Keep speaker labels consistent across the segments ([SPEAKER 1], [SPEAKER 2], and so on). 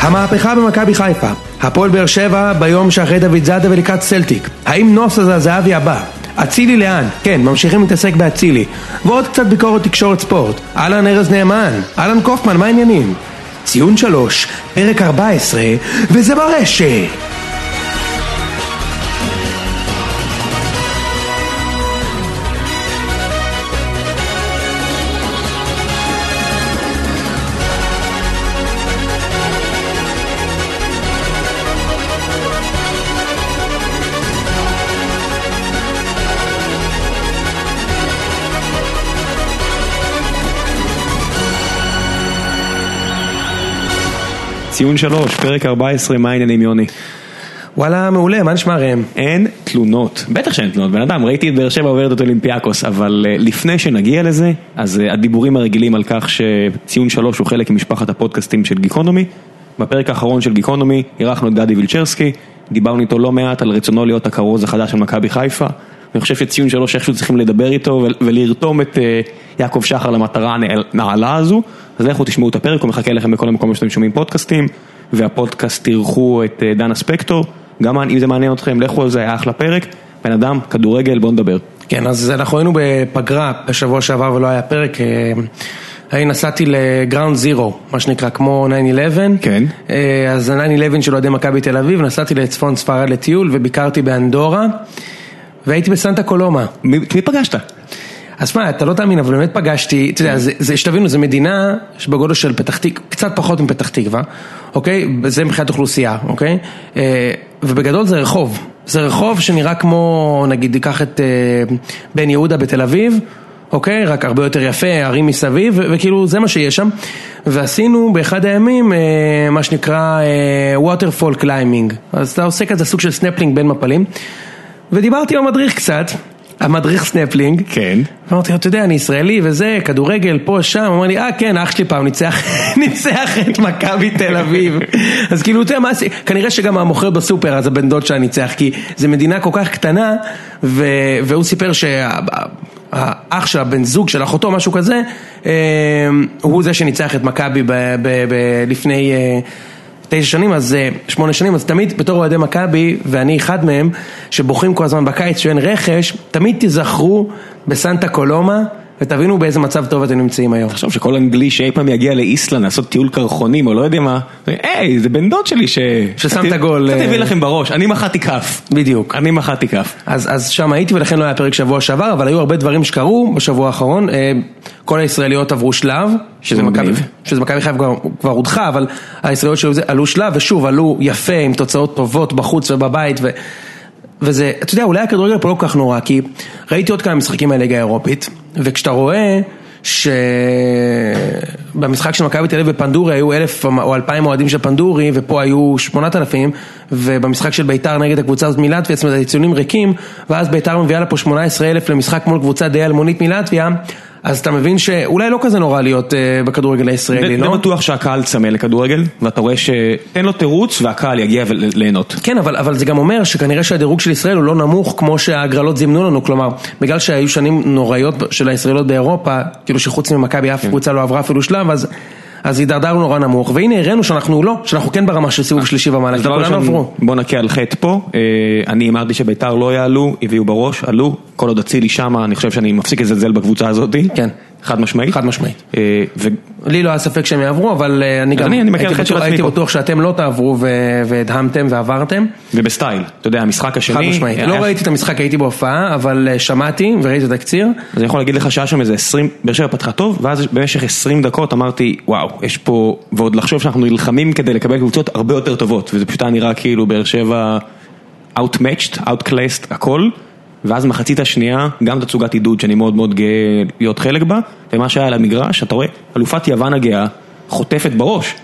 [SPEAKER 1] המהפכה במכבי חיפה, הפועל באר שבע ביום שאחרי דוד זאדה ולקראת סלטיק. האם נוסה זה הזהבי הבא? אצילי לאן? כן, ממשיכים להתעסק באצילי. ועוד קצת ביקורת תקשורת ספורט. אהלן ארז נאמן, אהלן קופמן, מה העניינים? ציון שלוש, פרק 14, וזה ברשת!
[SPEAKER 2] ציון שלוש, פרק 14, מה העניינים יוני?
[SPEAKER 1] וואלה, מעולה, מה נשמע ראם?
[SPEAKER 2] אין תלונות. בטח שאין תלונות, בן אדם, ראיתי את באר שבע עוברת את אולימפיאקוס, אבל אה, לפני שנגיע לזה, אז אה, הדיבורים הרגילים על כך שציון שלוש הוא חלק ממשפחת הפודקאסטים של גיקונומי. בפרק האחרון של גיקונומי אירחנו את גדי וילצ'רסקי, דיברנו איתו לא מעט על רצונו להיות הכרוז החדש של מכבי חיפה. אני חושב שציון שלוש איכשהו צריכים לדבר איתו ול- ולרתום את אה, יעקב שחר למטרה הנעל- הנעלה הזו. אז לכו תשמעו את הפרק, הוא מחכה לכם בכל המקום שאתם שומעים פודקאסטים, והפודקאסט אירחו את אה, דנה ספקטור. גם אם זה מעניין אתכם, לכו על זה, היה אחלה פרק. בן אדם, כדורגל, בואו נדבר.
[SPEAKER 1] כן, אז אנחנו היינו בפגרה בשבוע שעבר ולא היה פרק. אה, אני נסעתי לגראונד זירו, מה שנקרא, כמו 9-11.
[SPEAKER 2] כן.
[SPEAKER 1] אה, אז ה-9-11 של אוהדי מכבי תל אביב, נסעתי לצפון ספרד לטיול וביקרתי באנדורה, והייתי בסנטה קולומה.
[SPEAKER 2] מי מי פגשת?
[SPEAKER 1] אז מה, אתה לא תאמין, אבל באמת פגשתי, אתה יודע, זה, זה, שתבינו, זו מדינה שבגודל של פתח תקווה, קצת פחות מפתח תקווה, אוקיי? זה מבחינת אוכלוסייה, אוקיי? אה, ובגדול זה רחוב. זה רחוב שנראה כמו, נגיד, ניקח את אה, בן יהודה בתל אביב, אוקיי? רק הרבה יותר יפה, ערים מסביב, ו- וכאילו זה מה שיש שם. ועשינו באחד הימים אה, מה שנקרא אה, waterfall climbing. אז אתה עושה כזה סוג של סנפלינג בין מפלים. ודיברתי עם המדריך קצת, המדריך סנפלינג.
[SPEAKER 2] כן.
[SPEAKER 1] אמרתי לו, אתה יודע, אני ישראלי וזה, כדורגל, פה, שם, הוא אמר לי, אה, כן, אח שלי פעם ניצח, ניצח את מכבי תל אביב. אז כאילו, אתה יודע, מה עשי, כנראה שגם המוכר בסופר, אז הבן דוד שלה ניצח, כי זו מדינה כל כך קטנה, ו... והוא סיפר שהאח שלה, בן זוג של אחותו, משהו כזה, אה, הוא זה שניצח את מכבי ב... ב... ב... לפני... אה, תשע שנים, אז אה, שמונה שנים, אז תמיד בתור אוהדי מכבי, ואני אחד מהם, שבוכים כל הזמן בקיץ שאין רכש, תמיד תיזכרו בסנטה קולומה, ותבינו באיזה מצב טוב אתם נמצאים היום.
[SPEAKER 2] תחשוב שכל אנגלי שאי פעם יגיע לאיסלנד לעשות טיול קרחונים או לא יודע מה, היי, זה בן דוד שלי ש...
[SPEAKER 1] ששם את הגול,
[SPEAKER 2] קצת
[SPEAKER 1] אה.
[SPEAKER 2] הביא לכם בראש, אני מחאתי כף.
[SPEAKER 1] בדיוק.
[SPEAKER 2] אני מחאתי כף.
[SPEAKER 1] אז, אז שם הייתי ולכן לא היה פרק שבוע שעבר, אבל היו הרבה דברים שקרו בשבוע האחרון. אה, כל הישראליות עברו שלב.
[SPEAKER 2] שזה מגניב.
[SPEAKER 1] מכבי- שזה מכבי חיפה כבר, כבר הודחה, אבל הישראליות שהיו זה עלו שלב, ושוב עלו יפה עם תוצאות טובות בחוץ ובבית. ו... וזה, אתה יודע, אולי הכדורגל פה לא כל כך נורא, כי ראיתי עוד כמה משחקים מהליגה האירופית, וכשאתה רואה שבמשחק של מכבי תל אביב בפנדורי היו אלף או אלפיים אוהדים של פנדורי, ופה היו שמונת אלפים, ובמשחק של ביתר נגד הקבוצה הזאת מלטביה, זאת אומרת, הציונים ריקים, ואז ביתר מביאה לה פה שמונה עשרה אלף למשחק מול קבוצה די אלמונית מלטביה, אז אתה מבין שאולי לא כזה נורא להיות אה, בכדורגל הישראלי,
[SPEAKER 2] די די
[SPEAKER 1] לא?
[SPEAKER 2] בטוח שהקהל צמא לכדורגל, ואתה רואה שאין לו תירוץ והקהל יגיע וליהנות.
[SPEAKER 1] כן, אבל, אבל זה גם אומר שכנראה שהדירוג של ישראל הוא לא נמוך כמו שההגרלות זימנו לנו, כלומר, בגלל שהיו שנים נוראיות של הישראליות באירופה, כאילו שחוץ ממכבי
[SPEAKER 2] כן.
[SPEAKER 1] אף קבוצה לא עברה אפילו שלב, אז, אז הידרדרנו נורא נמוך, והנה הראינו שאנחנו לא, שאנחנו כן ברמה של סיבוב שלישי ומעלה, כי
[SPEAKER 2] אה, דבר
[SPEAKER 1] כולם
[SPEAKER 2] ראשון,
[SPEAKER 1] עברו.
[SPEAKER 2] בוא נכה על חטא פה, אה, אני אמרתי שביתר לא יעלו, הביאו בראש, עלו, כל עוד אצילי שמה, אני חושב שאני מפסיק לזלזל בקבוצה הזאת.
[SPEAKER 1] כן.
[SPEAKER 2] חד משמעית.
[SPEAKER 1] חד משמעית.
[SPEAKER 2] אה, ו-
[SPEAKER 1] לי לא היה ספק שהם יעברו, אבל אה, אני גם
[SPEAKER 2] אני- אני מכיר
[SPEAKER 1] הייתי,
[SPEAKER 2] אחד של
[SPEAKER 1] בטוח,
[SPEAKER 2] עצמי
[SPEAKER 1] הייתי
[SPEAKER 2] פה.
[SPEAKER 1] בטוח שאתם לא תעברו ו- והדהמתם ועברתם,
[SPEAKER 2] ובסטייל, אתה יודע, המשחק השני, אה,
[SPEAKER 1] חד משמעית.
[SPEAKER 2] היה-
[SPEAKER 1] לא ראיתי את המשחק, הייתי בהופעה, אבל אה, שמעתי וראיתי את התקציר.
[SPEAKER 2] אז אני יכול להגיד לך שהיה שם איזה 20, באר שבע פתחה טוב, ואז במשך 20 דקות אמרתי, וואו, יש פה, ועוד לחשוב שאנחנו נלחמים כדי לקבל קבוצות הרבה יותר טובות, וזה פשוט היה נראה כאילו באר שבע outmatched, outclassed, הכל, ואז מחצית השנייה, גם תצוגת עידוד שאני מאוד מאוד גאה להיות חלק בה, ומה שהיה על המגרש, אתה רואה, אלופת יוון הגאה חוטפת בראש,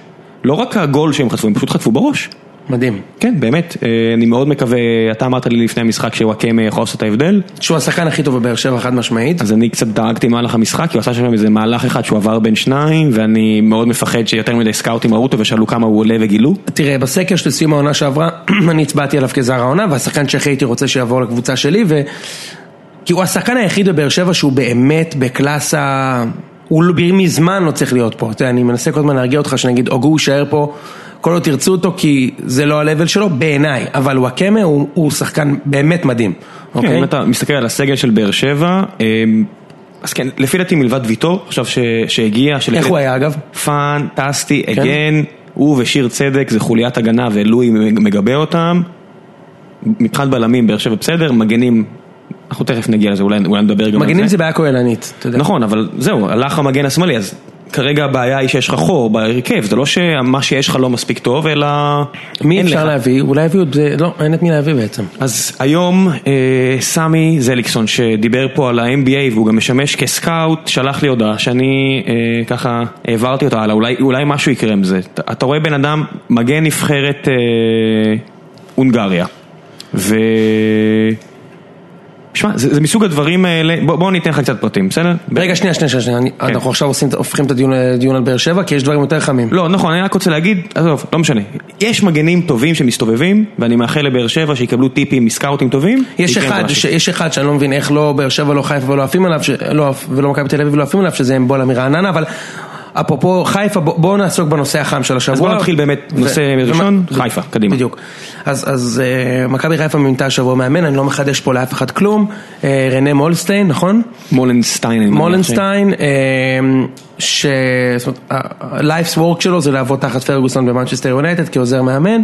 [SPEAKER 2] לא רק הגול שהם חטפו, הם פשוט חטפו בראש.
[SPEAKER 1] מדהים.
[SPEAKER 2] כן, באמת, אה, אני מאוד מקווה, אתה אמרת לי לפני המשחק שוואקמה יכול לעשות את ההבדל,
[SPEAKER 1] שהוא השחקן הכי טוב בבאר שבע, חד משמעית.
[SPEAKER 2] אז אני קצת דאגתי מהלך המשחק, כי הוא עשה שם איזה מהלך אחד שהוא עבר בין שניים, ואני מאוד מפחד שיותר מדי סקאוטים ראו אותו ושאלו כמה הוא עולה וגילו.
[SPEAKER 1] תראה, בסקר של סיום העונה שעברה, אני הצבעתי עליו כזר העונה, והשחקן שהכי הייתי רוצה שיעבור לקבוצה שלי, ו... כי הוא השחקן היחיד בבאר שבע שהוא באמת בקלאסה... הוא לא- מזמן לא צריך להיות פה. אתה יודע, אני מנסה כל הזמן להרגיע אותך, שנגיד, הוגו יישאר פה, כל עוד תרצו אותו כי זה לא ה-level שלו, בעיניי, אבל וואקמה הוא, הוא שחקן באמת מדהים,
[SPEAKER 2] כן,
[SPEAKER 1] אוקיי?
[SPEAKER 2] אם אתה מסתכל על הסגל של באר שבע, אמ, אז כן, לפי דעתי מלבד ויטור, עכשיו ש- שהגיע, שלפי-
[SPEAKER 1] איך הוא היה כן. אגב?
[SPEAKER 2] פנטסטי, again, הוא ושיר צדק זה חוליית הגנה ולואי מגבה אותם. מבחינת בלמים באר שבע בסדר, מגנים, אנחנו תכף נגיע לזה, אולי אולי נדבר גם על זה.
[SPEAKER 1] מגנים זה בעיה כהלנית, אתה יודע.
[SPEAKER 2] נכון, אבל זהו, הלך המגן השמאלי, אז כרגע הבעיה היא שיש לך חור בהרכב, זה לא שמה שיש לך לא מספיק טוב, אלא...
[SPEAKER 1] מי
[SPEAKER 2] אין
[SPEAKER 1] אפשר
[SPEAKER 2] לך.
[SPEAKER 1] להביא? אולי הביאו את זה, לא, אין את מי להביא בעצם.
[SPEAKER 2] אז היום אה, סמי זליקסון שדיבר פה על ה-MBA והוא גם משמש כסקאוט, שלח לי הודעה שאני אה, ככה העברתי אותה הלאה, אולי, אולי משהו יקרה עם זה. אתה- אתה רואה בן אדם, מגן נבחרת אה, הונגריה, ו... שמע, זה, זה מסוג הדברים האלה, בוא, בוא אני אתן לך קצת פרטים, בסדר?
[SPEAKER 1] רגע, שנייה, שנייה, שנייה, שנייה, אני-
[SPEAKER 2] כן.
[SPEAKER 1] אנחנו עכשיו עושים, הופכים את הדיון לדיון על באר שבע, כי יש דברים יותר חמים.
[SPEAKER 2] לא, נכון, אני רק רוצה להגיד, עזוב, לא משנה. יש מגנים טובים שמסתובבים, ואני מאחל לבאר שבע שיקבלו טיפים מסקאוטים טובים.
[SPEAKER 1] יש
[SPEAKER 2] שיקרה
[SPEAKER 1] אחד,
[SPEAKER 2] משהו.
[SPEAKER 1] ש- יש אחד שאני לא מבין איך לא באר שבע, לא חיפה ולא עפים עליו, ש- לא, עפ- ולא מכבי תל אביב ולא עפים עליו, שזה אמבולה מרעננה, אבל אפרופו חיפה, בוא- בואו נעסוק בנושא החם של השבוע.
[SPEAKER 2] אז בוא נתחיל באמת,
[SPEAKER 1] ו-
[SPEAKER 2] נושא
[SPEAKER 1] ומה-
[SPEAKER 2] ראשון,
[SPEAKER 1] ב-
[SPEAKER 2] חיפה, קדימה.
[SPEAKER 1] בדיוק. אז, אז אה, מכבי חיפה מינתה השבוע מאמן, אני לא מחדש פה לאף אחד כלום, אה, רנה מולסטיין, נכון?
[SPEAKER 2] מולנשטיין. אני מניח
[SPEAKER 1] מולנשטיין, אה, ש... זאת אומרת, ה-life's work שלו זה לעבוד תחת פרגוסון במנצ'סטר יונייטד כעוזר מאמן,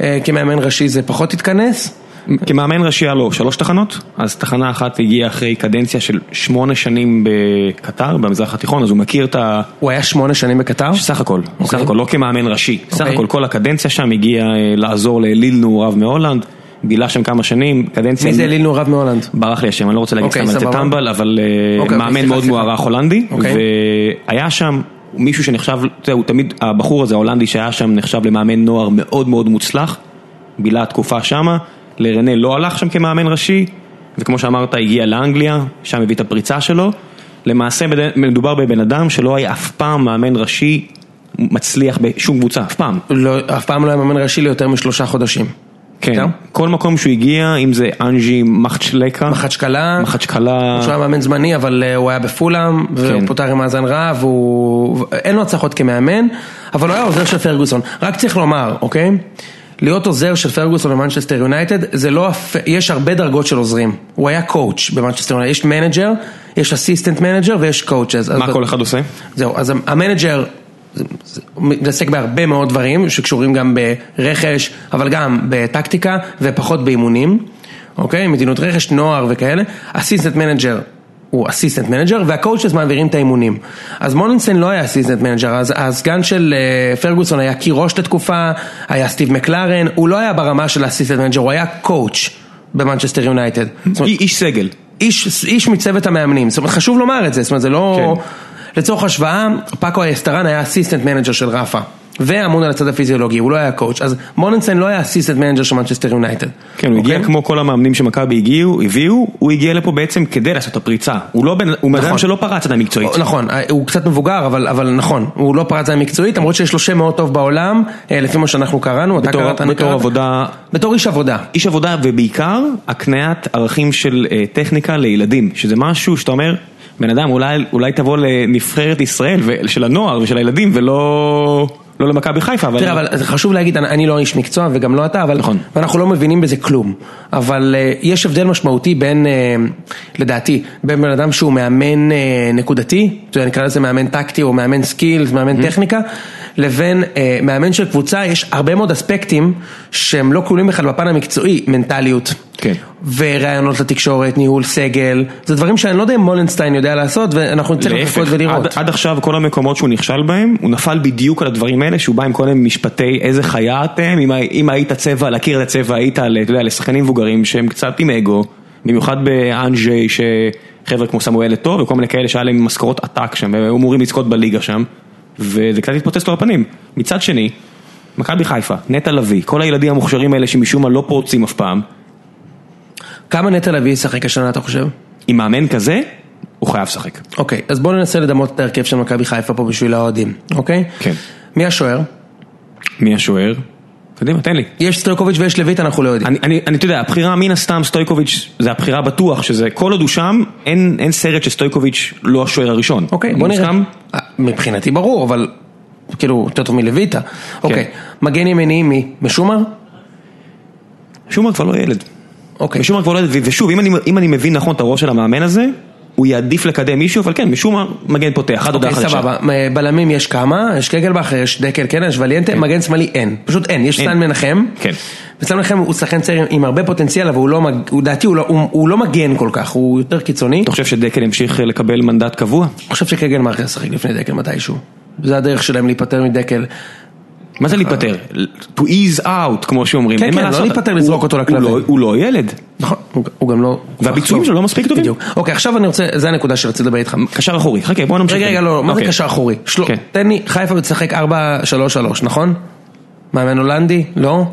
[SPEAKER 1] אה, כמאמן ראשי זה פחות התכנס.
[SPEAKER 2] ש- כן. כמאמן ראשי היה לו שלוש תחנות, אז תחנה אחת הגיעה אחרי קדנציה של שמונה שנים בקטר, במזרח התיכון, אז הוא מכיר את ה...
[SPEAKER 1] הוא היה שמונה שנים בקטר?
[SPEAKER 2] סך הכל, סך הכל, לא כמאמן ראשי, סך
[SPEAKER 1] אוקיי.
[SPEAKER 2] הכל כל הקדנציה שם הגיעה אה, לעזור לאליל נעוריו מהולנד, בילה שם כמה שנים, קדנציה...
[SPEAKER 1] מי זה אליל נורב מהולנד?
[SPEAKER 2] ברח לי השם, אני לא רוצה להגיד
[SPEAKER 1] אוקיי,
[SPEAKER 2] סתם על זה
[SPEAKER 1] סבבה.
[SPEAKER 2] טמבל, אבל אה,
[SPEAKER 1] אוקיי,
[SPEAKER 2] מאמן
[SPEAKER 1] סליחה,
[SPEAKER 2] מאוד
[SPEAKER 1] סליחה.
[SPEAKER 2] מוערך הולנדי,
[SPEAKER 1] אוקיי.
[SPEAKER 2] והיה שם מישהו שנחשב, אתה יודע, הוא תמיד, הבחור הזה ההולנדי שהיה שם נחשב למאמן נוער מאוד מאוד מוצלח, בילה תקופה שמה, לרנה לא הלך שם כמאמן ראשי, וכמו שאמרת הגיע לאנגליה, שם הביא את הפריצה שלו, למעשה בד- מדובר בבן אדם שלא היה אף פעם מאמן ראשי מצליח בשום קבוצה, אף פעם.
[SPEAKER 1] לא, אף פעם לא היה מאמן ראשי ליותר משלושה חודשים.
[SPEAKER 2] כן,
[SPEAKER 1] זהו?
[SPEAKER 2] כל מקום שהוא הגיע, אם זה אנג'י מחצ'לקה,
[SPEAKER 1] מחצ'קלה,
[SPEAKER 2] מחצ'קלה,
[SPEAKER 1] שהוא היה מאמן זמני, אבל אה, הוא היה בפולאם, והוא
[SPEAKER 2] כן.
[SPEAKER 1] פוטר עם מאזן רע, והוא... אין לו הצלחות כמאמן, אבל הוא היה עוזר של פרגוסון. רק צריך לומר, אוקיי? להיות עוזר של פרגוסון במנצ'סטר יונייטד, זה לא... הפ- יש הרבה דרגות של עוזרים. הוא היה קואוצ' במנצ'סטר יונייטד. יש מנג'ר, יש אסיסטנט מנג'ר ויש קואוצ'ז.
[SPEAKER 2] מה כל אחד עושה?
[SPEAKER 1] זהו, אז המנג'ר זה- זה- הוא מתעסק בהרבה מאוד דברים שקשורים גם ברכש, אבל גם בטקטיקה ופחות באימונים, אוקיי? מדיניות רכש, נוער וכאלה. אסיסטנט מנג'ר הוא אסיסטנט מנג'ר, והקואוצ'ס מעבירים את האימונים. אז מולינסון לא היה אסיסטנט מנג'ר, אז הסגן של אה, פרגוסון היה קי ראש לתקופה, היה סטיב מקלרן, הוא לא היה ברמה של אסיסטנט מנג'ר, הוא היה קואוצ' במנצ'סטר יונייטד. זאת אומרת, כן,
[SPEAKER 2] אי- איש סגל.
[SPEAKER 1] איש, איש מצוות המאמנים, זאת אומרת חשוב לומר את זה, זאת אומרת זה לא... כן. לצורך השוואה, פאקו אסטרן היה אסיסטנט מנג'ר של ראפה, ואמון על הצד הפיזיולוגי, הוא לא היה קואוץ', אז מוננסן לא היה אסיסטנט מנג'ר של מנצ'סטר יונייטד.
[SPEAKER 2] כן, הוא הגיע כמו כל המאמנים שמכבי הגיעו, הביאו, הוא הגיע לפה בעצם כדי לעשות את הפריצה. הוא לא בן, הוא בן אדם
[SPEAKER 1] נכון.
[SPEAKER 2] שלא פרץ עדיין מקצועית.
[SPEAKER 1] נכון, הוא קצת מבוגר, אבל, אבל נכון, הוא לא פרץ להם מקצועית, למרות שיש לו שם מאוד טוב בעולם, אה, לפי מה שאנחנו קראנו, אתה
[SPEAKER 2] בתור-
[SPEAKER 1] קראת, אני
[SPEAKER 2] בתור
[SPEAKER 1] קראת,
[SPEAKER 2] עבודה,
[SPEAKER 1] בתור איש עבודה.
[SPEAKER 2] איש עבודה ובעיקר הקניית ערכים של אה, טכניקה לילדים, שזה משהו שאתה אומר, בן אדם אולי, אולי תבוא לנבחרת ישראל ו- של הנוער ושל הילדים ולא לא למכבי חיפה, אבל...
[SPEAKER 1] תראה, אבל זה חשוב להגיד, אני- אני לא איש מקצוע וגם לא אתה, אבל
[SPEAKER 2] נכון.
[SPEAKER 1] אנחנו לא מבינים בזה כלום. אבל אה, יש הבדל משמעותי בין, אה, לדעתי, בין בן אדם שהוא מאמן אה, נקודתי, אתה יודע, נקרא לזה מאמן טקטי או מאמן סקילס, מאמן טכניקה, לבין אה, מאמן של קבוצה, יש הרבה מאוד אספקטים שהם לא כלולים בכלל בפן המקצועי, מנטליות.
[SPEAKER 2] כן.
[SPEAKER 1] וראיונות לתקשורת, ניהול סגל, זה דברים שאני לא יודע אם מולנשטיין יודע לעשות, ואנחנו נצטרך לחכות
[SPEAKER 2] להפך,
[SPEAKER 1] ולראות.
[SPEAKER 2] עד, עד עכשיו כל המקומות שהוא נכשל בהם, הוא נפל בדיוק על הדברים האלה, שהוא בא עם כל מיני משפטי איזה חיה אתם, אם, הי- אם היית צבע, להכיר את הצבע, היית, ל- אתה יודע, לשחקנים מבוגרים שהם קצת עם אגו, במיוחד באנג'י, שחבר'ה כמו סמואל אטו וכל מיני כאלה שהיה להם משכורות עתק שם, והיו אמורים לזכות בליגה שם, וזה קצת התפוצץ לו בפנים. מצד שני, מכבי חיפה, נטע לביא, כל הילדים המוכשרים האלה שמשום מה לא פורצים אף פעם,
[SPEAKER 1] כמה נטע לביא ישחק השנה אתה חושב?
[SPEAKER 2] עם מאמן כזה, הוא חייב לשחק.
[SPEAKER 1] אוקיי, אז בואו ננסה לדמות את ההרכב של מכבי חיפה פה בשביל האוהדים, אוקיי?
[SPEAKER 2] כן.
[SPEAKER 1] מי השוער?
[SPEAKER 2] מי השוער? קדימה, תן לי.
[SPEAKER 1] יש סטרקוביץ' ויש לויט, אנחנו לא יודעים.
[SPEAKER 2] אני, אני, אני, אתה יודע, הבחירה מן הסתם סטויקוביץ', זה הבחירה בטוח, שזה, כל עוד הוא שם, אין, אין סרט שסטויקוביץ' לא השוער הראשון.
[SPEAKER 1] אוקיי, בוא נראה.
[SPEAKER 2] מוסכם?
[SPEAKER 1] אה, מבחינתי ברור, אבל כאילו, יותר טוב
[SPEAKER 2] כן.
[SPEAKER 1] מלויטה. אוקיי, מגן ימיני מי? משומר?
[SPEAKER 2] שומר כבר לא ילד.
[SPEAKER 1] אוקיי.
[SPEAKER 2] משומר כבר לא ילד, ו- ושוב, אם אני, אם אני מבין נכון את הראש של המאמן הזה, הוא יעדיף לקדם מישהו, אבל כן, משומר מגן פותח, עד הודעה
[SPEAKER 1] אוקיי,
[SPEAKER 2] חדשה.
[SPEAKER 1] סבבה. מ- בלמים יש כמה, יש קגלבך, יש דקל קנן, יש וליאנטה, מגן שמאלי אין. פשוט אין, יש
[SPEAKER 2] כן. אין.
[SPEAKER 1] סטן מנחם.
[SPEAKER 2] כן.
[SPEAKER 1] וסטן מנחם הוא שחקן צעיר עם הרבה פוטנציאל, אבל הוא לא, מג- הוא- דעתי הוא לא- הוא הוא לא מגן כל כך, הוא יותר קיצוני.
[SPEAKER 2] אתה חושב שדקל ימשיך לקבל מנדט קבוע?
[SPEAKER 1] אני חושב שקגלמרק ישחק לפני דקל מתישהו. זה הדרך שלהם להיפטר מדקל.
[SPEAKER 2] מה זה להיפטר? To ease out, כמו שאומרים.
[SPEAKER 1] אה. כן,
[SPEAKER 2] אין מה
[SPEAKER 1] כן, לא
[SPEAKER 2] לעשות.
[SPEAKER 1] להיפטר, לזרוק
[SPEAKER 2] הוא-
[SPEAKER 1] אותו
[SPEAKER 2] הוא
[SPEAKER 1] לכלבים.
[SPEAKER 2] לא- הוא לא ילד.
[SPEAKER 1] נכון, הוא- הוא גם לא...
[SPEAKER 2] והביצועים שלו לא מספיק טובים.
[SPEAKER 1] בדיוק. אוקיי, עכשיו אני רוצה, זה הנקודה שרציתי לדבר איתך.
[SPEAKER 2] קשר אחורי, חכה בוא נמשיך.
[SPEAKER 1] רגע, רגע, לא, מה זה
[SPEAKER 2] אוקיי.
[SPEAKER 1] קשר אחורי? של-
[SPEAKER 2] כן.
[SPEAKER 1] תן לי, חיפה משחק 4-3-3, נכון? מאמן הולנדי? לא?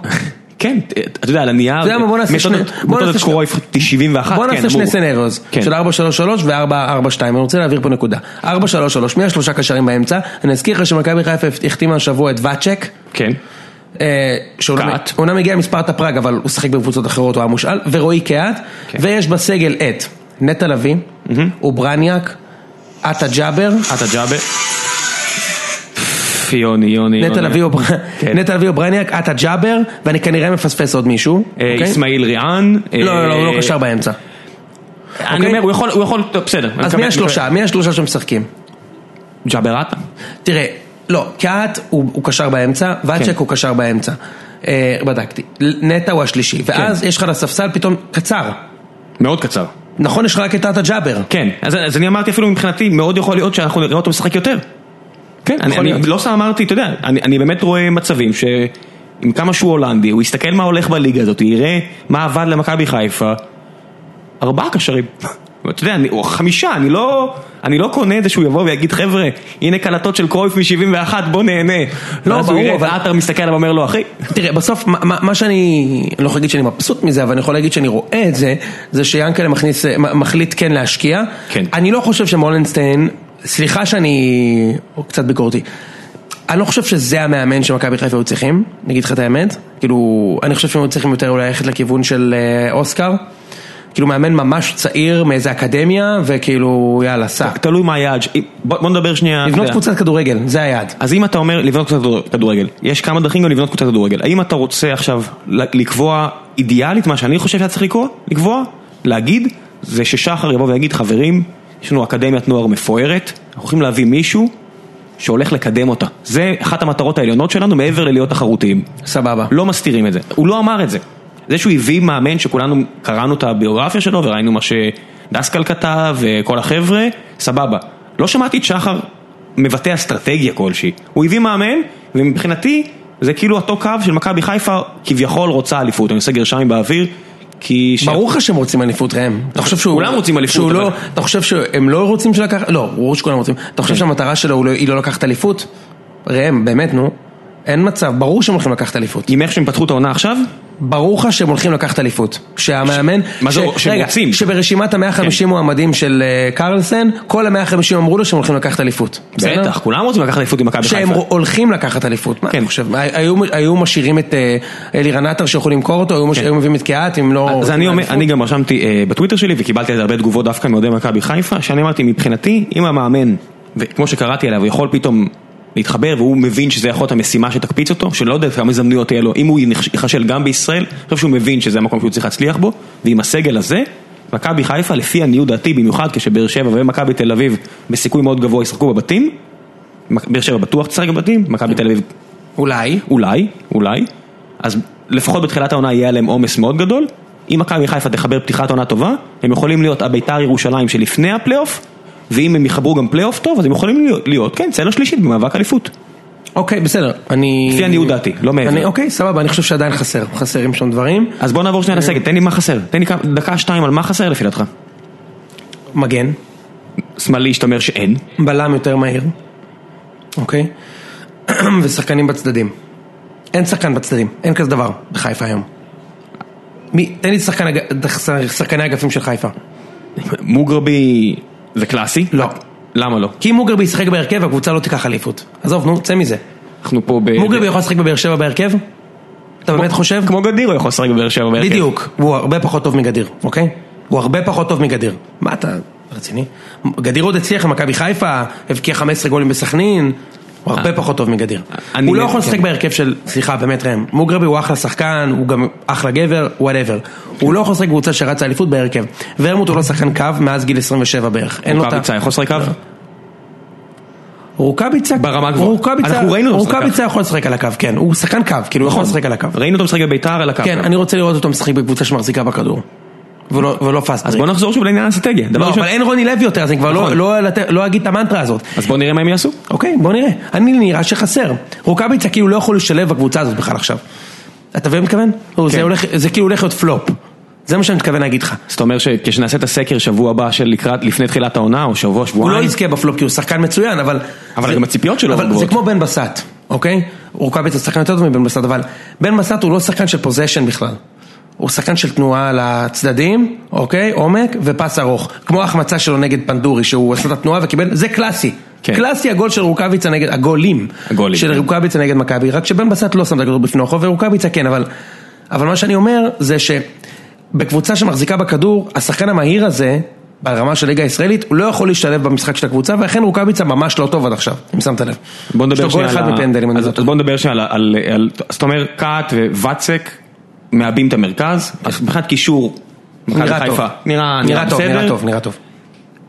[SPEAKER 2] כן, אתה יודע, על הנייר,
[SPEAKER 1] יודע מה, בוא נעשה
[SPEAKER 2] מתודת-
[SPEAKER 1] שני- בוא
[SPEAKER 2] מתודת
[SPEAKER 1] נעשה שני-
[SPEAKER 2] קרויף 91,
[SPEAKER 1] בוא
[SPEAKER 2] כן,
[SPEAKER 1] נעשה שני
[SPEAKER 2] אמור.
[SPEAKER 1] סנריוז,
[SPEAKER 2] כן.
[SPEAKER 1] של 4-3-3 ו-4-4-2, אני רוצה להעביר פה נקודה. 4-3-3, מי השלושה קשרים באמצע? אני אזכיר לך שמכבי חיפה החתימה השבוע את ואצ'ק.
[SPEAKER 2] כן,
[SPEAKER 1] אה, שאומנם
[SPEAKER 2] קהת.
[SPEAKER 1] אומנם הגיע מספרטה פראג אבל הוא שיחק בקבוצות אחרות, הוא היה מושאל, ורועי קהת,
[SPEAKER 2] כן.
[SPEAKER 1] ויש בסגל את נטע לביא, אוברניאק, עטה ג'אבר,
[SPEAKER 2] עטה ג'אבר. פ, יוני, יוני,
[SPEAKER 1] נטע
[SPEAKER 2] יוני.
[SPEAKER 1] לביא אובר-
[SPEAKER 2] לא כן.
[SPEAKER 1] נטע לביא אוברניאק, עטה ג'אבר, ואני כנראה מפספס עוד מישהו,
[SPEAKER 2] אה,
[SPEAKER 1] אוקיי?
[SPEAKER 2] אסמאעיל ריאן. אה,
[SPEAKER 1] לא, לא, לא, הוא לא קשר באמצע.
[SPEAKER 2] אני
[SPEAKER 1] אוקיי?
[SPEAKER 2] אומר, הוא יכול, הוא יכול, טוב, בסדר. אני
[SPEAKER 1] אז
[SPEAKER 2] מקבל-
[SPEAKER 1] מי השלושה? מי השלושה שמשחקים?
[SPEAKER 2] ג'אבר עטה.
[SPEAKER 1] תראה, לא, קהת הוא הוא קשר באמצע,
[SPEAKER 2] כן.
[SPEAKER 1] ואצ'ק הוא קשר באמצע. אה, בדקתי. נטע הוא השלישי,
[SPEAKER 2] כן.
[SPEAKER 1] ואז יש לך לספסל פתאום קצר.
[SPEAKER 2] מאוד קצר.
[SPEAKER 1] נכון, יש לך רק את עטה ג'אבר.
[SPEAKER 2] כן, אז, אז אני אמרתי אפילו מבחינתי, מאוד יכול להיות שאנחנו נראה אותו משחק יותר. כן, אני,
[SPEAKER 1] יכול
[SPEAKER 2] אני
[SPEAKER 1] להיות.
[SPEAKER 2] לא סתם אמרתי, אתה יודע, אני, אני באמת רואה מצבים ש... עם כמה שהוא הולנדי, הוא יסתכל מה הולך בליגה הזאת, הוא יראה מה עבד למכבי חיפה. ארבעה קשרים. אתה יודע, אני, או חמישה, אני לא, אני לא קונה את זה שהוא יבוא ויגיד, חבר'ה, הנה קלטות של קרויף מ-71, בוא נהנה.
[SPEAKER 1] לא,
[SPEAKER 2] ואז הוא
[SPEAKER 1] ברור,
[SPEAKER 2] יראה
[SPEAKER 1] אבל-
[SPEAKER 2] את עטר מסתכל עליו ואומר לו, אחי,
[SPEAKER 1] תראה, בסוף, מה, מה, מה שאני, אני לא יכול להגיד שאני מבסוט מזה, אבל אני יכול להגיד שאני רואה את זה, זה שיאנקל'ה מכניס, מ- מחליט כן להשקיע.
[SPEAKER 2] כן.
[SPEAKER 1] אני לא חושב שמולנשטיין, סליחה שאני קצת ביקורתי, אני לא חושב שזה המאמן שמכבי חיפה היו צריכים, אני אגיד לך את האמת. כאילו, אני חושב שהם היו צריכים יותר אולי ללכת לכיוון של אה, אוסקר. כאילו מאמן ממש צעיר מאיזה אקדמיה, וכאילו, יאללה, סע.
[SPEAKER 2] תלוי מה היעד, ש- בוא, בוא נדבר שנייה. אתה
[SPEAKER 1] לבנות
[SPEAKER 2] יודע.
[SPEAKER 1] קבוצת כדורגל, זה היעד.
[SPEAKER 2] אז אם אתה אומר לבנות קבוצת כדורגל, יש כמה דרכים גם לבנות קבוצת כדורגל. האם אתה רוצה עכשיו לקבוע אידיאלית מה שאני חושב שהיה צריך לקרוא, לקבוע, להגיד, זה ששחר יבוא ויגיד, חברים, יש לנו אקדמיית נוער מפוארת, אנחנו הולכים להביא מישהו שהולך לקדם אותה. זה אחת המטרות העליונות שלנו מעבר ללהיות תחרותיים.
[SPEAKER 1] סבבה.
[SPEAKER 2] לא מסתירים את זה, הוא לא אמר את זה. זה שהוא הביא מאמן שכולנו קראנו את הביוגרפיה שלו וראינו מה שדסקל כתב וכל החבר'ה, סבבה. לא שמעתי את שחר מבטא אסטרטגיה כלשהי. הוא הביא מאמן, ומבחינתי זה כאילו אותו קו של מכבי חיפה כביכול רוצה אליפות, אני עושה גרשיים באוויר, כי... ש-
[SPEAKER 1] ברור לך שהם רוצים אליפות ראם. אתה חושב שהוא...
[SPEAKER 2] כולם רוצים אליפות,
[SPEAKER 1] שהוא
[SPEAKER 2] אבל-
[SPEAKER 1] לא... אתה חושב שהם לא רוצים שלקחת... לא, ברור שכולם רוצים. אתה
[SPEAKER 2] כן.
[SPEAKER 1] חושב שהמטרה שלו הוא לא- היא לא לקחת אליפות? ראם, באמת, נו. אין מצב, ברור שהם הולכים לקחת אליפות.
[SPEAKER 2] עם איך שהם פתחו את העונה עכשיו,
[SPEAKER 1] ברור לך שהם הולכים לקחת אליפות. שהמאמן...
[SPEAKER 2] מה זה-
[SPEAKER 1] ש-
[SPEAKER 2] שהם
[SPEAKER 1] רגע,
[SPEAKER 2] רוצים. כן.
[SPEAKER 1] שברשימת ה-150 מועמדים של אה, קרלסן, כל ה-150 אמרו לו שהם הולכים לקחת אליפות. בסדר?
[SPEAKER 2] בטח, כולם רוצים לקחת אליפות עם מכבי
[SPEAKER 1] שהם
[SPEAKER 2] חיפה.
[SPEAKER 1] הולכים לקחת אליפות, מה
[SPEAKER 2] כן.
[SPEAKER 1] אתה חושב? היו- היו משאירים את אה, אלירן עטר שיכול למכור אותו, היו מש- היו מביאים את קיאט אם לא...
[SPEAKER 2] כן. אז אני, אומר, אני גם רשמתי אה, בטוויטר שלי וקיבלתי על זה הרבה תגובות דווקא מאוהדי מכבי חיפה, שאני אמרתי מבחינתי, אם המאמן, וכמו שקראתי עליו, הוא יכול פתאום להתחבר והוא מבין שזה יכול להיות המשימה שתקפיץ אותו, שלא יודע כמה הזדמנויות יהיה לו, אם הוא ינכש- ייכשל גם בישראל, אני חושב שהוא מבין שזה המקום שהוא צריך להצליח בו, ועם הסגל הזה, מכבי חיפה לפי עניות דעתי, במיוחד כשבאר שבע ומכבי תל אביב בסיכוי מאוד גבוה ישחקו בבתים, מק- באר שבע בטוח תשחק בבתים, מכבי תל אביב
[SPEAKER 1] אולי.
[SPEAKER 2] אולי, אולי, אז לפחות בתחילת העונה יהיה עליהם עומס מאוד גדול. אם מכבי חיפה תחבר פתיחת עונה טובה, הם יכולים להיות הביתר ירושלים שלפני הפלייאוף, ואם הם יחברו גם פלייאוף טוב, אז הם יכולים להיות, להיות כן, צלע שלישית במאבק אליפות.
[SPEAKER 1] אוקיי, בסדר, אני...
[SPEAKER 2] לפי עניות דעתי, לא מעבר.
[SPEAKER 1] אני, אוקיי, סבבה, אני חושב שעדיין חסר, חסרים שם דברים.
[SPEAKER 2] אז בוא נעבור
[SPEAKER 1] אה.
[SPEAKER 2] שנייה לסגל, תן לי מה חסר, תן לי כמה- דקה שתיים על מה חסר לפי דעתך.
[SPEAKER 1] מגן,
[SPEAKER 2] שמאלי שאתה אומר שאין,
[SPEAKER 1] בלם יותר מהיר, אוקיי? ושחקנים בצדדים. אין שחקן בצדדים, אין כזה דבר בחיפה היום. מי, תן לי את שחקן, הג- את הש- שחקני האגפים של חיפה.
[SPEAKER 2] מוגרבי זה קלאסי?
[SPEAKER 1] לא.
[SPEAKER 2] למה לא?
[SPEAKER 1] כי אם מוגרבי ישחק בהרכב, הקבוצה לא תיקח אליפות. עזוב, נו, צא מזה.
[SPEAKER 2] אנחנו פה ב...
[SPEAKER 1] מוגרבי יכול לשחק בבאר שבע בהרכב? אתה באמת חושב?
[SPEAKER 2] כמו גדיר הוא יכול לשחק בבאר שבע. בהרכב.
[SPEAKER 1] בדיוק, והוא הרבה פחות טוב מגדיר, אוקיי? הוא הרבה פחות טוב מגדיר. מה אתה, רציני? גדיר עוד הצליח במכבי חיפה, הבקיע 15 גולים בסכנין, הוא הרבה פחות טוב מגדיר.
[SPEAKER 2] אה. אני-
[SPEAKER 1] הוא לא יכול
[SPEAKER 2] כן.
[SPEAKER 1] לשחק בהרכב של, סליחה, באמת ראם, מוגרבי הוא אחלה שחקן, הוא גם אחלה גבר, וואטאבר. הוא לא יכול לשחק קבוצה שרצה אליפות בהרכב. ורמוט הוא לא שחקן קו מאז גיל 27 בערך. אין לו את ה...
[SPEAKER 2] רוקאביצה יכול לשחק קו?
[SPEAKER 1] רוקאביצה,
[SPEAKER 2] ברמה גבוהה.
[SPEAKER 1] רוקאביצה-
[SPEAKER 2] אנחנו ראינו אותו נכון. משחק קו.
[SPEAKER 1] רוקאביצה יכול לשחק על הקו, כן, הוא שחקן קו, כאילו הוא יכול לשחק על הקו.
[SPEAKER 2] ראינו אותו משחק בביתר על הקו.
[SPEAKER 1] כן, אני רוצה לראות אותו משחק בקבוצה שמחזיקה בכדור. ולא ולא פאסט.
[SPEAKER 2] אז בוא נחזור שוב לעניין האסטרטגיה. דבר
[SPEAKER 1] לא,
[SPEAKER 2] ראשון-
[SPEAKER 1] אבל אין רוני לוי יותר, אז אני כבר לא-
[SPEAKER 2] נכון.
[SPEAKER 1] לא לת- לא אגיד את המנטרה הזאת.
[SPEAKER 2] אז בוא נראה מה הם יעשו.
[SPEAKER 1] אוקיי, בוא נראה. אני נראה שחסר. רוקאביצה כאילו לא יכול להשתלב בקבוצה הזאת בכלל עכשיו. אתה מבין מה אני מתכוון? הוא,
[SPEAKER 2] כן.
[SPEAKER 1] זה הולך- זה כאילו הולך להיות פלופ. זה מה שאני מתכוון להגיד לך.
[SPEAKER 2] זאת אומרת שכשנעשה את הסקר שבוע הבא של לקראת, לפני תחילת העונה, או שבוע,
[SPEAKER 1] הוא לא
[SPEAKER 2] שבועיים,
[SPEAKER 1] יזכה בפלופ כי הוא שחקן מצוין, אבל...
[SPEAKER 2] אבל
[SPEAKER 1] זה-
[SPEAKER 2] גם הציפיות שלו
[SPEAKER 1] אבל זה
[SPEAKER 2] גבוהות.
[SPEAKER 1] כמו בן בסט, אוקיי? רוקאביצה שחקן יותר טוב מבן בסט, אבל בן בסט הוא לא שחקן של פוזיישן בכלל. הוא שחקן של תנועה לצדדים, אוקיי? עומק ופס ארוך. כמו ההחמצה שלו נגד פנדורי, שהוא עשה את התנועה וקיבל... זה קלאסי.
[SPEAKER 2] כן.
[SPEAKER 1] קלאסי הגול של רוקאביצה נגד... הגולים.
[SPEAKER 2] הגולים,
[SPEAKER 1] של
[SPEAKER 2] כן.
[SPEAKER 1] רוקאביצה נגד מכבי, רק שבן בסט לא שם את הכדור בפני החוב, ורוקאביצה כן, אבל... אבל מה שאני אומר זה שבקבוצה שמחזיקה בכדור, השחקן המהיר הזה, ברמה של ליגה הישראלית, הוא לא יכול להשתלב במשחק של הקבוצה, ואכן רוקאביצה ממש לא טוב עד עכשיו, אם שמת לב.
[SPEAKER 2] בוא
[SPEAKER 1] יש
[SPEAKER 2] נדבר
[SPEAKER 1] לו גול
[SPEAKER 2] שנייה
[SPEAKER 1] אחד
[SPEAKER 2] ה-
[SPEAKER 1] מפנדל, אם אני
[SPEAKER 2] אז-
[SPEAKER 1] לא
[SPEAKER 2] אז בוא נדבר שנייה על, ה- על, על, זאת אומרת, קאט ווואטסק מאבים את המרכז, אז מבחינת קישור, מכבי
[SPEAKER 1] נראה טוב.
[SPEAKER 2] חיפה, נראה,
[SPEAKER 1] נראה טוב, נראה
[SPEAKER 2] בסדר.
[SPEAKER 1] טוב, נראה טוב.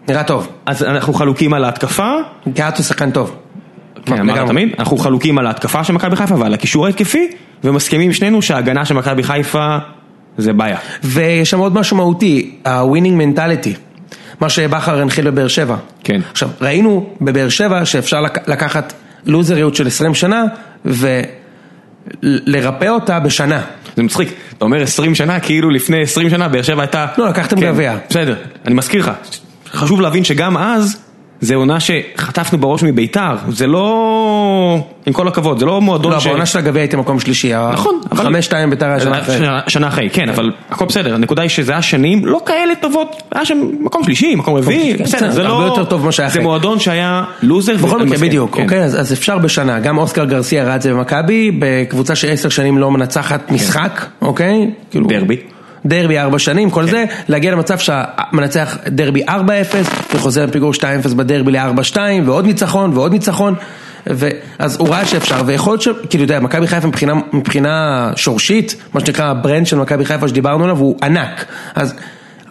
[SPEAKER 1] נראה טוב.
[SPEAKER 2] אז אנחנו חלוקים על ההתקפה,
[SPEAKER 1] גאט הוא שחקן טוב.
[SPEAKER 2] כן, אמרת
[SPEAKER 1] לגמרי.
[SPEAKER 2] תמיד, אנחנו חלוקים על ההתקפה של מכבי חיפה ועל הקישור ההתקפי, ומסכימים שנינו שההגנה של מכבי חיפה זה בעיה.
[SPEAKER 1] ויש שם עוד משהו מהותי, ה-winning mentality, מה שבכר הנחיל בבאר שבע.
[SPEAKER 2] כן.
[SPEAKER 1] עכשיו, ראינו בבאר שבע שאפשר לק- לקחת לוזריות של 20 שנה ולרפא אותה בשנה.
[SPEAKER 2] זה מצחיק, אתה אומר 20 שנה, כאילו לפני 20 שנה באר שבע הייתה... כן,
[SPEAKER 1] לא, לקחתם גביע.
[SPEAKER 2] בסדר, אני מזכיר לך, חשוב להבין שגם אז, זה עונה שחטפנו בראש מביתר, זה לא... עם כל הכבוד, זה לא מועדון
[SPEAKER 1] לא,
[SPEAKER 2] ש...
[SPEAKER 1] בעונה של הגביע הייתם מקום שלישי. ה-
[SPEAKER 2] נכון, אבל-
[SPEAKER 1] חמש-שתיים בית"ר היה שנה אה, אחרי.
[SPEAKER 2] שנה- שנה אחרי, כן, אבל הכל בסדר, הנקודה היא שזה היה שנים לא כאלה טובות, היה שם מקום שלישי, מקום רביעי,
[SPEAKER 1] שלישי, כן,
[SPEAKER 2] בסדר, זה
[SPEAKER 1] בסדר,
[SPEAKER 2] לא...
[SPEAKER 1] הרבה יותר טוב ממה שהיה
[SPEAKER 2] זה
[SPEAKER 1] אחרי.
[SPEAKER 2] מועדון שהיה לוזר.
[SPEAKER 1] בכל
[SPEAKER 2] אני
[SPEAKER 1] מקרה,
[SPEAKER 2] מסכים,
[SPEAKER 1] בדיוק,
[SPEAKER 2] כן.
[SPEAKER 1] אוקיי? אז אז אפשר בשנה. גם אוסקר גרסיה ראה את זה במכבי, בקבוצה שעשר שנים לא מנצחת משחק, אוקיי? כאילו-
[SPEAKER 2] דרבי.
[SPEAKER 1] דרבי ארבע שנים, כל זה, להגיע למצב שהמנצח דרבי 4-0 וחוזר מפיגור 2-0 בדרבי ל-4-2 ועוד ניצחון ועוד ניצחון. ו... אז הוא ראה שאפשר, ויכול להיות ש... כאילו, אתה יודע, מכבי חיפה מבחינה, מבחינה שורשית, מה שנקרא הברנד של מכבי חיפה שדיברנו עליו, הוא ענק. אז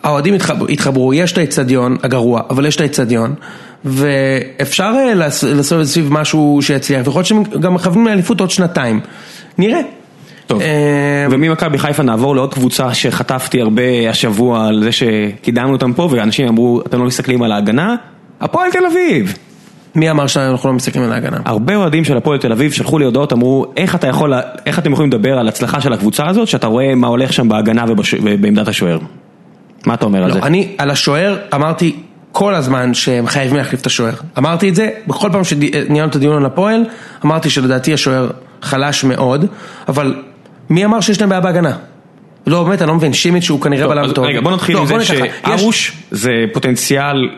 [SPEAKER 1] האוהדים התחב- התחברו, יש את האיצטדיון הגרוע, אבל יש את האיצטדיון, ואפשר אה, לעס- לעשות סביב משהו שיצליח, ויכול להיות שהם גם מכוונים לאליפות עוד שנתיים. נראה.
[SPEAKER 2] טוב.
[SPEAKER 1] אה,
[SPEAKER 2] וממכבי חיפה נעבור לעוד קבוצה שחטפתי הרבה השבוע על זה שקידמנו אותם פה ואנשים אמרו אתם לא מסתכלים על ההגנה, הפועל תל אביב.
[SPEAKER 1] מי אמר שאנחנו לא מסתכלים על ההגנה?
[SPEAKER 2] הרבה אוהדים של הפועל תל אביב שלחו לי הודעות אמרו איך אתה יכול, איך אתם יכולים לדבר על הצלחה של הקבוצה הזאת שאתה רואה מה הולך שם בהגנה ובש- ובעמדת השוער. מה אתה אומר על זה?
[SPEAKER 1] לא, אני על השוער אמרתי כל הזמן שהם חייבים להחליף את השוער. אמרתי את זה בכל פעם שניהלנו את הדיון על הפועל, אמרתי שלדעתי השוער חלש מאוד, אבל מי אמר שיש להם בעיה בהגנה? לא, באמת, אני לא מבין, שימיץ' שהוא כנראה
[SPEAKER 2] טוב,
[SPEAKER 1] בלם
[SPEAKER 2] אז
[SPEAKER 1] טוב.
[SPEAKER 2] רגע בוא נתחיל
[SPEAKER 1] לא,
[SPEAKER 2] עם זה
[SPEAKER 1] ניקח ככה. יש-
[SPEAKER 2] שארוש זה פוטנציאל,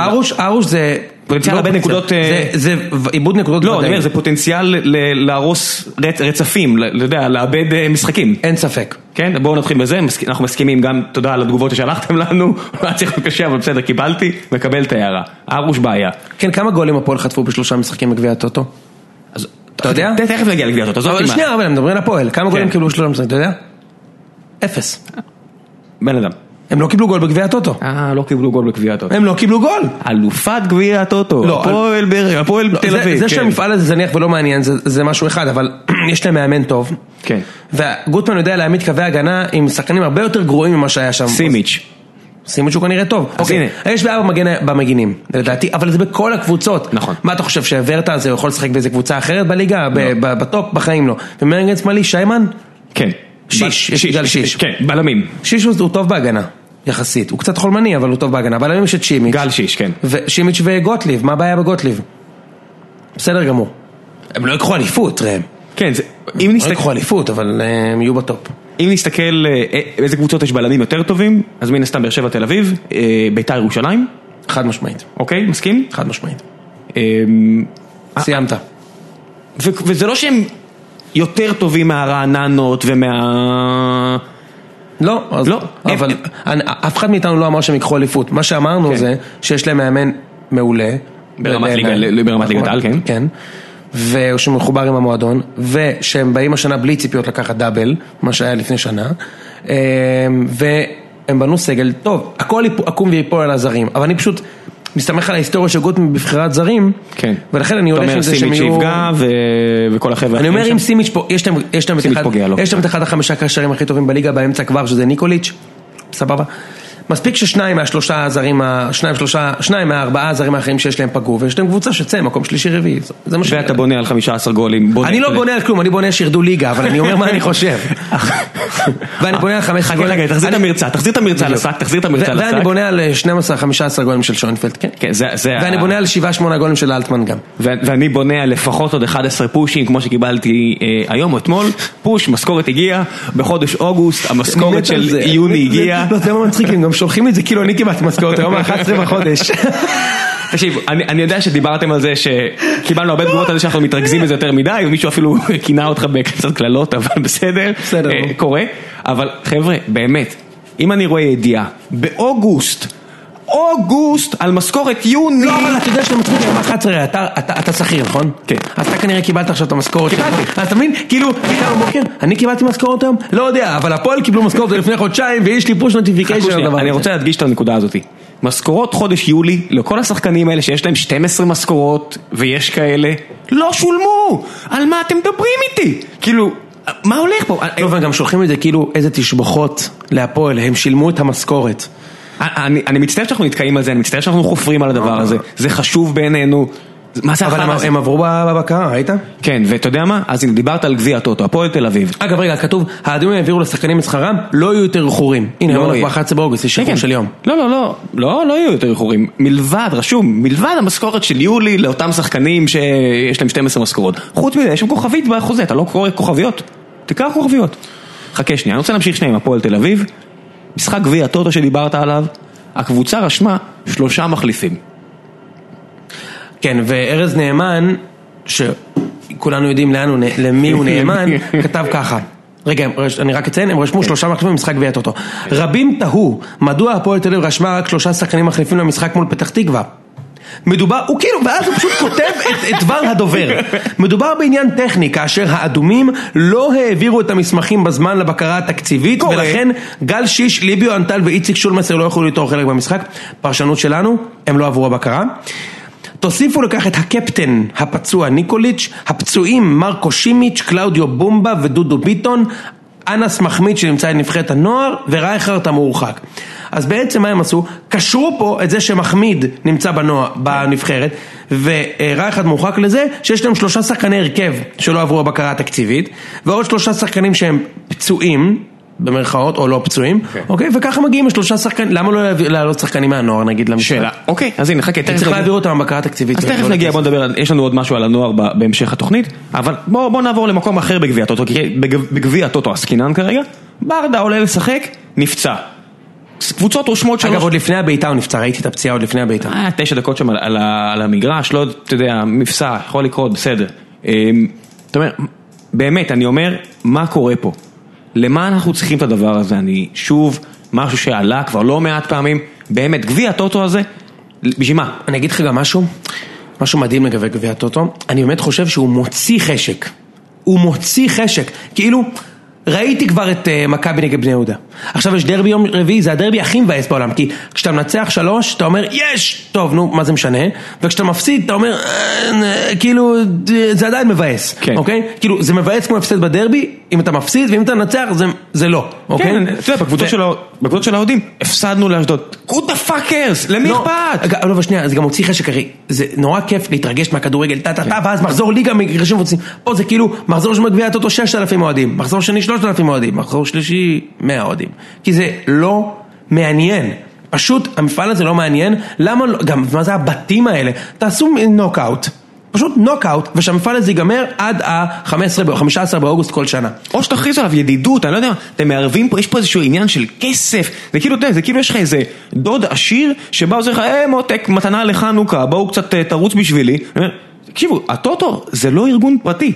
[SPEAKER 1] ארוש, ארוש זה...
[SPEAKER 2] פוטנציאל
[SPEAKER 1] לא
[SPEAKER 2] לאבד
[SPEAKER 1] פוטנציאל.
[SPEAKER 2] נקודות, אה,
[SPEAKER 1] זה- זה עיבוד נקודות
[SPEAKER 2] לא אני
[SPEAKER 1] ודאי.
[SPEAKER 2] אומר זה פוטנציאל ל- להרוס רצ- רצפים, ל- אתה יודע, לאבד אה, משחקים.
[SPEAKER 1] אין ספק.
[SPEAKER 2] כן, בואו נתחיל בזה, מסכ- אנחנו מסכימים גם, תודה על התגובות ששלחתם לנו, היה צריך להיות קשה, אבל בסדר, קיבלתי, מקבל את ההערה. ארוש בעיה.
[SPEAKER 1] כן, כמה גולים הפועל חטפו בשלושה משחקים בגביע הטוטו?
[SPEAKER 2] אז-
[SPEAKER 1] אתה יודע?
[SPEAKER 2] ת- תכף נגיע לגביע הזאת, עזוב
[SPEAKER 1] אבל
[SPEAKER 2] אותי מה.
[SPEAKER 1] שנייה, אבל הם מדברים על הפועל, כמה גולים
[SPEAKER 2] כן.
[SPEAKER 1] קיבלו בשלושה משחקים, אתה יודע? אפס.
[SPEAKER 2] בן אדם.
[SPEAKER 1] הם לא קיבלו גול בגביע הטוטו.
[SPEAKER 2] אה, לא קיבלו גול בגביע הטוטו.
[SPEAKER 1] הם לא קיבלו גול!
[SPEAKER 2] אלופת גביע הטוטו,
[SPEAKER 1] לא,
[SPEAKER 2] הפועל באר- הפועל תל
[SPEAKER 1] זה-
[SPEAKER 2] אביב.
[SPEAKER 1] זה
[SPEAKER 2] כן.
[SPEAKER 1] שהמפעל הזה זניח ולא מעניין זה- זה משהו אחד, אבל יש להם מאמן טוב.
[SPEAKER 2] כן.
[SPEAKER 1] וגוטמן יודע להעמיד קווי הגנה עם שחקנים הרבה יותר גרועים ממה שהיה שם.
[SPEAKER 2] סימיץ'.
[SPEAKER 1] סימיץ' הוא כנראה טוב. אוקיי,
[SPEAKER 2] הנה.
[SPEAKER 1] יש בעיה במגן- במגינים, לדעתי, אבל זה בכל הקבוצות.
[SPEAKER 2] נכון.
[SPEAKER 1] מה אתה חושב, שוורטה הזה יכול לשחק באיזה קבוצה אחרת בליגה? ב- ב- בטופ? בחיים לא. ומרגן שמאלי, שיימן?
[SPEAKER 2] כן.
[SPEAKER 1] שיש, יש בגלל שיש.
[SPEAKER 2] כן, בלמים.
[SPEAKER 1] שיש הוא הוא טוב בהגנה, יחסית. הוא קצת חולמני, אבל הוא טוב בהגנה. בלמים יש את שימיץ'.
[SPEAKER 2] גל שיש, כן.
[SPEAKER 1] ושימיץ' וגוטליב, מה הבעיה בגוטליב? בסדר גמור. הם לא יקחו אליפות, ראם.
[SPEAKER 2] כן, זה- אם
[SPEAKER 1] לא
[SPEAKER 2] נסתכל-
[SPEAKER 1] יקחו אליפות, אבל אה, הם יהיו בטופ.
[SPEAKER 2] אם נסתכל אה, אה, באיזה קבוצות יש בלמים יותר טובים, אז מן הסתם באר שבע תל אביב, אה, ביתר ירושלים,
[SPEAKER 1] חד משמעית,
[SPEAKER 2] אוקיי, מסכים?
[SPEAKER 1] חד משמעית.
[SPEAKER 2] אמ,
[SPEAKER 1] סיימת.
[SPEAKER 2] ו- וזה לא שהם יותר טובים מהרעננות ומה...
[SPEAKER 1] לא, אז
[SPEAKER 2] לא,
[SPEAKER 1] אבל
[SPEAKER 2] הם-
[SPEAKER 1] אני- אף אחד מאיתנו לא אמר שהם ייקחו אליפות. מה שאמרנו
[SPEAKER 2] כן.
[SPEAKER 1] זה שיש להם מאמן מעולה.
[SPEAKER 2] ברמת
[SPEAKER 1] בעיניי.
[SPEAKER 2] ליגה- ברמת ליגת העל, כן.
[SPEAKER 1] כן. ושהוא מחובר עם המועדון, ושהם באים השנה בלי ציפיות לקחת דאבל, מה שהיה לפני שנה, אה, והם בנו סגל, טוב, הכל יפ- יקום ויפול על הזרים, אבל אני פשוט מסתמך על ההיסטוריה של גוטמן בבחירת זרים,
[SPEAKER 2] כן.
[SPEAKER 1] ולכן אני
[SPEAKER 2] אתה
[SPEAKER 1] הולך עם
[SPEAKER 2] אומר
[SPEAKER 1] זה שהם
[SPEAKER 2] סימיץ'
[SPEAKER 1] יהיו...
[SPEAKER 2] שיפגע ו- וכל החבר'ה.
[SPEAKER 1] אני אומר
[SPEAKER 2] האחרים
[SPEAKER 1] אם
[SPEAKER 2] שם.
[SPEAKER 1] סימיץ' פה, יש להם, יש להם, את,
[SPEAKER 2] סימיץ'
[SPEAKER 1] אחד,
[SPEAKER 2] פוגע לו.
[SPEAKER 1] יש להם את אחד החמישה קשרים הכי טובים בליגה באמצע כבר, שזה ניקוליץ', סבבה. מספיק ששניים מהשלושה הזרים, ה- שניים, שלושה, שניים מהארבעה הזרים האחרים שיש להם פגעו, ויש להם קבוצה שתצא מקום שלישי רביעי, זה- זה מה ש...
[SPEAKER 2] ואתה בונה על 15 גולים. בונה.
[SPEAKER 1] אני לא בונה על כלום, אני בונה שירדו ליגה, אבל אני אומר מה אני חושב. ואני בונה על חמש...
[SPEAKER 2] חכה, חכה, תחזיר את המרצע, תחזיר את המרצע
[SPEAKER 1] בדיוק.
[SPEAKER 2] לשק, תחזיר את המרצע
[SPEAKER 1] ו-
[SPEAKER 2] לשק.
[SPEAKER 1] ואני בונה על אה, 12-15 גולים של שוינפלד, כן.
[SPEAKER 2] כן, זה- זה
[SPEAKER 1] ואני
[SPEAKER 2] ה-
[SPEAKER 1] בונה על 7-8 גולים של אלטמן גם.
[SPEAKER 2] ו- ואני בונה על לפחות עוד 11 פושים כמו שקיבלתי אה, היום או אתמול, פוש, משכורת הגיעה, בחודש אוגוסט, המשכורת של יוני הגיעה.
[SPEAKER 1] לא, זה לא מצחיק, הם גם שולחים לי את זה כאילו אני קיבלתי משכורת היום ה-11 בחודש.
[SPEAKER 2] תקשיב, אני, אני יודע שדיברתם על זה שקיבלנו הרבה תגובות על זה שאנחנו מתרכזים בזה יותר מדי, ומישהו אפילו כינה אותך בקצת קללות, אבל בסדר,
[SPEAKER 1] בסדר.
[SPEAKER 2] אה, קורה. אבל חבר'ה, באמת, אם אני רואה ידיעה, באוגוסט, אוגוסט, על משכורת יוני,
[SPEAKER 1] לא, אבל אתה יודע שזה מצחיק, היום ה-11, אתה- אתה אתה שכיר, נכון?
[SPEAKER 2] כן.
[SPEAKER 1] אז אתה כנראה קיבלת עכשיו את המשכורת. שלך.
[SPEAKER 2] קיבלתי.
[SPEAKER 1] אז אתה מבין, כאילו, אתה בבוקר, אני קיבלתי משכורת היום? לא יודע, אבל הפועל קיבלו משכורת לפני חודשיים, ויש לי פוש
[SPEAKER 2] חכו
[SPEAKER 1] נוטיפיקיישן
[SPEAKER 2] אה, שנייה,
[SPEAKER 1] על הדבר הזה.
[SPEAKER 2] אני רוצה להדגיש את הנקודה הזאת. משכורות חודש יולי, לכל השחקנים האלה שיש להם 12 משכורות, ויש כאלה, לא שולמו! על מה אתם מדברים איתי? כאילו, מה הולך פה?
[SPEAKER 1] לא, אבל גם שולחים את זה כאילו איזה תשבחות להפועל, הם שילמו את המשכורת.
[SPEAKER 2] אה, אני, אני מצטער שאנחנו נתקעים על זה, אני מצטער שאנחנו חופרים על הדבר הזה, זה חשוב בעינינו. זה- מה זה
[SPEAKER 1] אבל הם-
[SPEAKER 2] החרא הזה?
[SPEAKER 1] הם עברו ב- בבקרה, ראית?
[SPEAKER 2] כן, ואתה יודע מה? אז הנה, דיברת על גביע הטוטו, הפועל תל אביב.
[SPEAKER 1] אגב, רגע, כתוב, האדומים יעבירו לשחקנים את שכרם, לא יהיו יותר איחורים. הנה,
[SPEAKER 2] לא
[SPEAKER 1] אמרנו
[SPEAKER 2] יהיה.
[SPEAKER 1] כבר 11 באוגוסט, יש
[SPEAKER 2] כן,
[SPEAKER 1] איחור
[SPEAKER 2] כן.
[SPEAKER 1] של יום.
[SPEAKER 2] לא, לא, לא, לא, לא יהיו יותר איחורים. מלבד, רשום, מלבד המשכורת של יולי לאותם שחקנים שיש להם 12 משכורות. חוץ מזה, יש שם כוכבית בחוזה, אתה לא קורא כוכביות? תקרא כוכביות. חכה שנייה, אני רוצה להמשיך שנייה עם הפועל תל אביב. משחק גביע הטוטו שדיברת עליו, הקבוצה רשמה שלושה מחליפים.
[SPEAKER 1] כן, וארז נאמן, שכולנו יודעים לאן הוא, נ- למי הוא נאמן, כתב ככה. רגע, הם רש- אני רק אציין, הם רשמו שלושה מחליפים במשחק גביע הטוטו. רבים תהו, מדוע הפועל תל אביב רשמה רק שלושה שחקנים מחליפים למשחק מול פתח תקווה? מדובר, הוא כאילו, ואז הוא פשוט כותב את, את דבר הדובר. מדובר בעניין טכני, כאשר האדומים לא העבירו את המסמכים בזמן לבקרה התקציבית,
[SPEAKER 2] קורה.
[SPEAKER 1] ולכן גל שיש, ליביו אנטל ואיציק שולמסר לא יכלו ליטול חלק במשחק. פרשנות שלנו, הם לא עברו הבקרה. תוסיפו לכך את הקפטן הפצוע ניקוליץ', הפצועים מרקו שימיץ', קלאודיו בומבה ודודו ביטון, אנס מחמיד שנמצא עם נבחרת הנוער, ורייכרט המורחק. אז בעצם מה הם עשו? קשרו פה את זה שמחמיד נמצא בנוע, בנבחרת, ורייכרד מורחק לזה שיש להם שלושה שחקני הרכב שלא עברו הבקרה התקציבית, ועוד שלושה שחקנים שהם פצועים, במרכאות, או לא פצועים, אוקיי? וככה מגיעים לשלושה שחקנים, למה לא להביא- להעלות שחקנים מהנוער נגיד למשחק?
[SPEAKER 2] שאלה. אוקיי, אז הנה, חכה, תכף
[SPEAKER 1] צריך
[SPEAKER 2] נגיע-
[SPEAKER 1] להעביר אותם בקרה תקציבית.
[SPEAKER 2] אז תכף נגיע, בוא נדבר, על- יש לנו עוד משהו על הנוער ב- בהמשך התוכנית, אבל בוא בוא נעבור למקום אחר בגביע הטוטו, כי בגב- בגביע הטוטו עסקינן כרגע, ברדה עולה לשחק, נפצע. קבוצות רושמות שלוש...
[SPEAKER 1] אגב, עוד לפני הבעיטה הוא נפצע, ראיתי את הפציעה עוד לפני הבעיטה.
[SPEAKER 2] אה, תשע דקות שם על, על, ה- על המגרש, לא, אתה יודע, מפסע, יכול לקרות, בסדר. אמ, אתה אומר, באמת, אני אומר, מה קורה פה? למה אנחנו צריכים את הדבר הזה? אני שוב, משהו שעלה כבר לא מעט פעמים, באמת, גביע הטוטו הזה, בשביל מה?
[SPEAKER 1] אני אגיד לך גם משהו, משהו מדהים לגבי גביע הטוטו, אני באמת חושב שהוא מוציא חשק. הוא מוציא חשק. כאילו, ראיתי כבר את אה, מכבי נגד בני יהודה. עכשיו יש דרבי יום רביעי, זה הדרבי הכי מבאס בעולם, כי כשאתה מנצח שלוש, אתה אומר, יש! טוב, נו, מה זה משנה? וכשאתה מפסיד, אתה אומר, "אה, אה, כאילו, אה, זה עדיין מבאס,
[SPEAKER 2] כן.
[SPEAKER 1] אוקיי? כאילו, זה מבאס כמו הפסד בדרבי, אם אתה מפסיד, ואם אתה מנצח, זה, זה לא, אוקיי?
[SPEAKER 2] כן, אתה יודע, בקבוצות
[SPEAKER 1] ו-
[SPEAKER 2] של האוה- בקבוצות של האוהדים, הפסדנו לאשדוד. קוד דה פאקרס, למי
[SPEAKER 1] לא,
[SPEAKER 2] אכפת?
[SPEAKER 1] אגב, לא, אבל שנייה, זה גם הוציא חשק, הרי זה נורא כיף להתרגש מהכדורגל, טה טה טה, ואז מחזור ליגה מגרשים ורוצים. פה זה כאילו, מחזור של גביע הטוטו 6,000 אוהדים, מחזור שני 3,000 אוהדים, מחזור שלישי 100 אוהדים. כי זה לא מעניין. פשוט המפעל הזה לא מעניין, למה לא, גם מה זה הבתים האלה? תעשו נוקאוט, פשוט נוקאוט, ושהמפעל הזה ייגמר עד ה-15, בא- 15 באוגוסט כל שנה.
[SPEAKER 2] או שתכריזו עליו ידידות, אני לא יודע, מה, אתם מערבים פה, יש פה איזשהו עניין של כסף, זה כאילו, אתה יודע, זה כאילו יש לך איזה דוד עשיר, שבא ועוזר לך, אה מותק, מתנה לחנוכה, בואו קצת אה, תרוץ בשבילי. אני אומר, תקשיבו, הטוטו זה לא ארגון פרטי.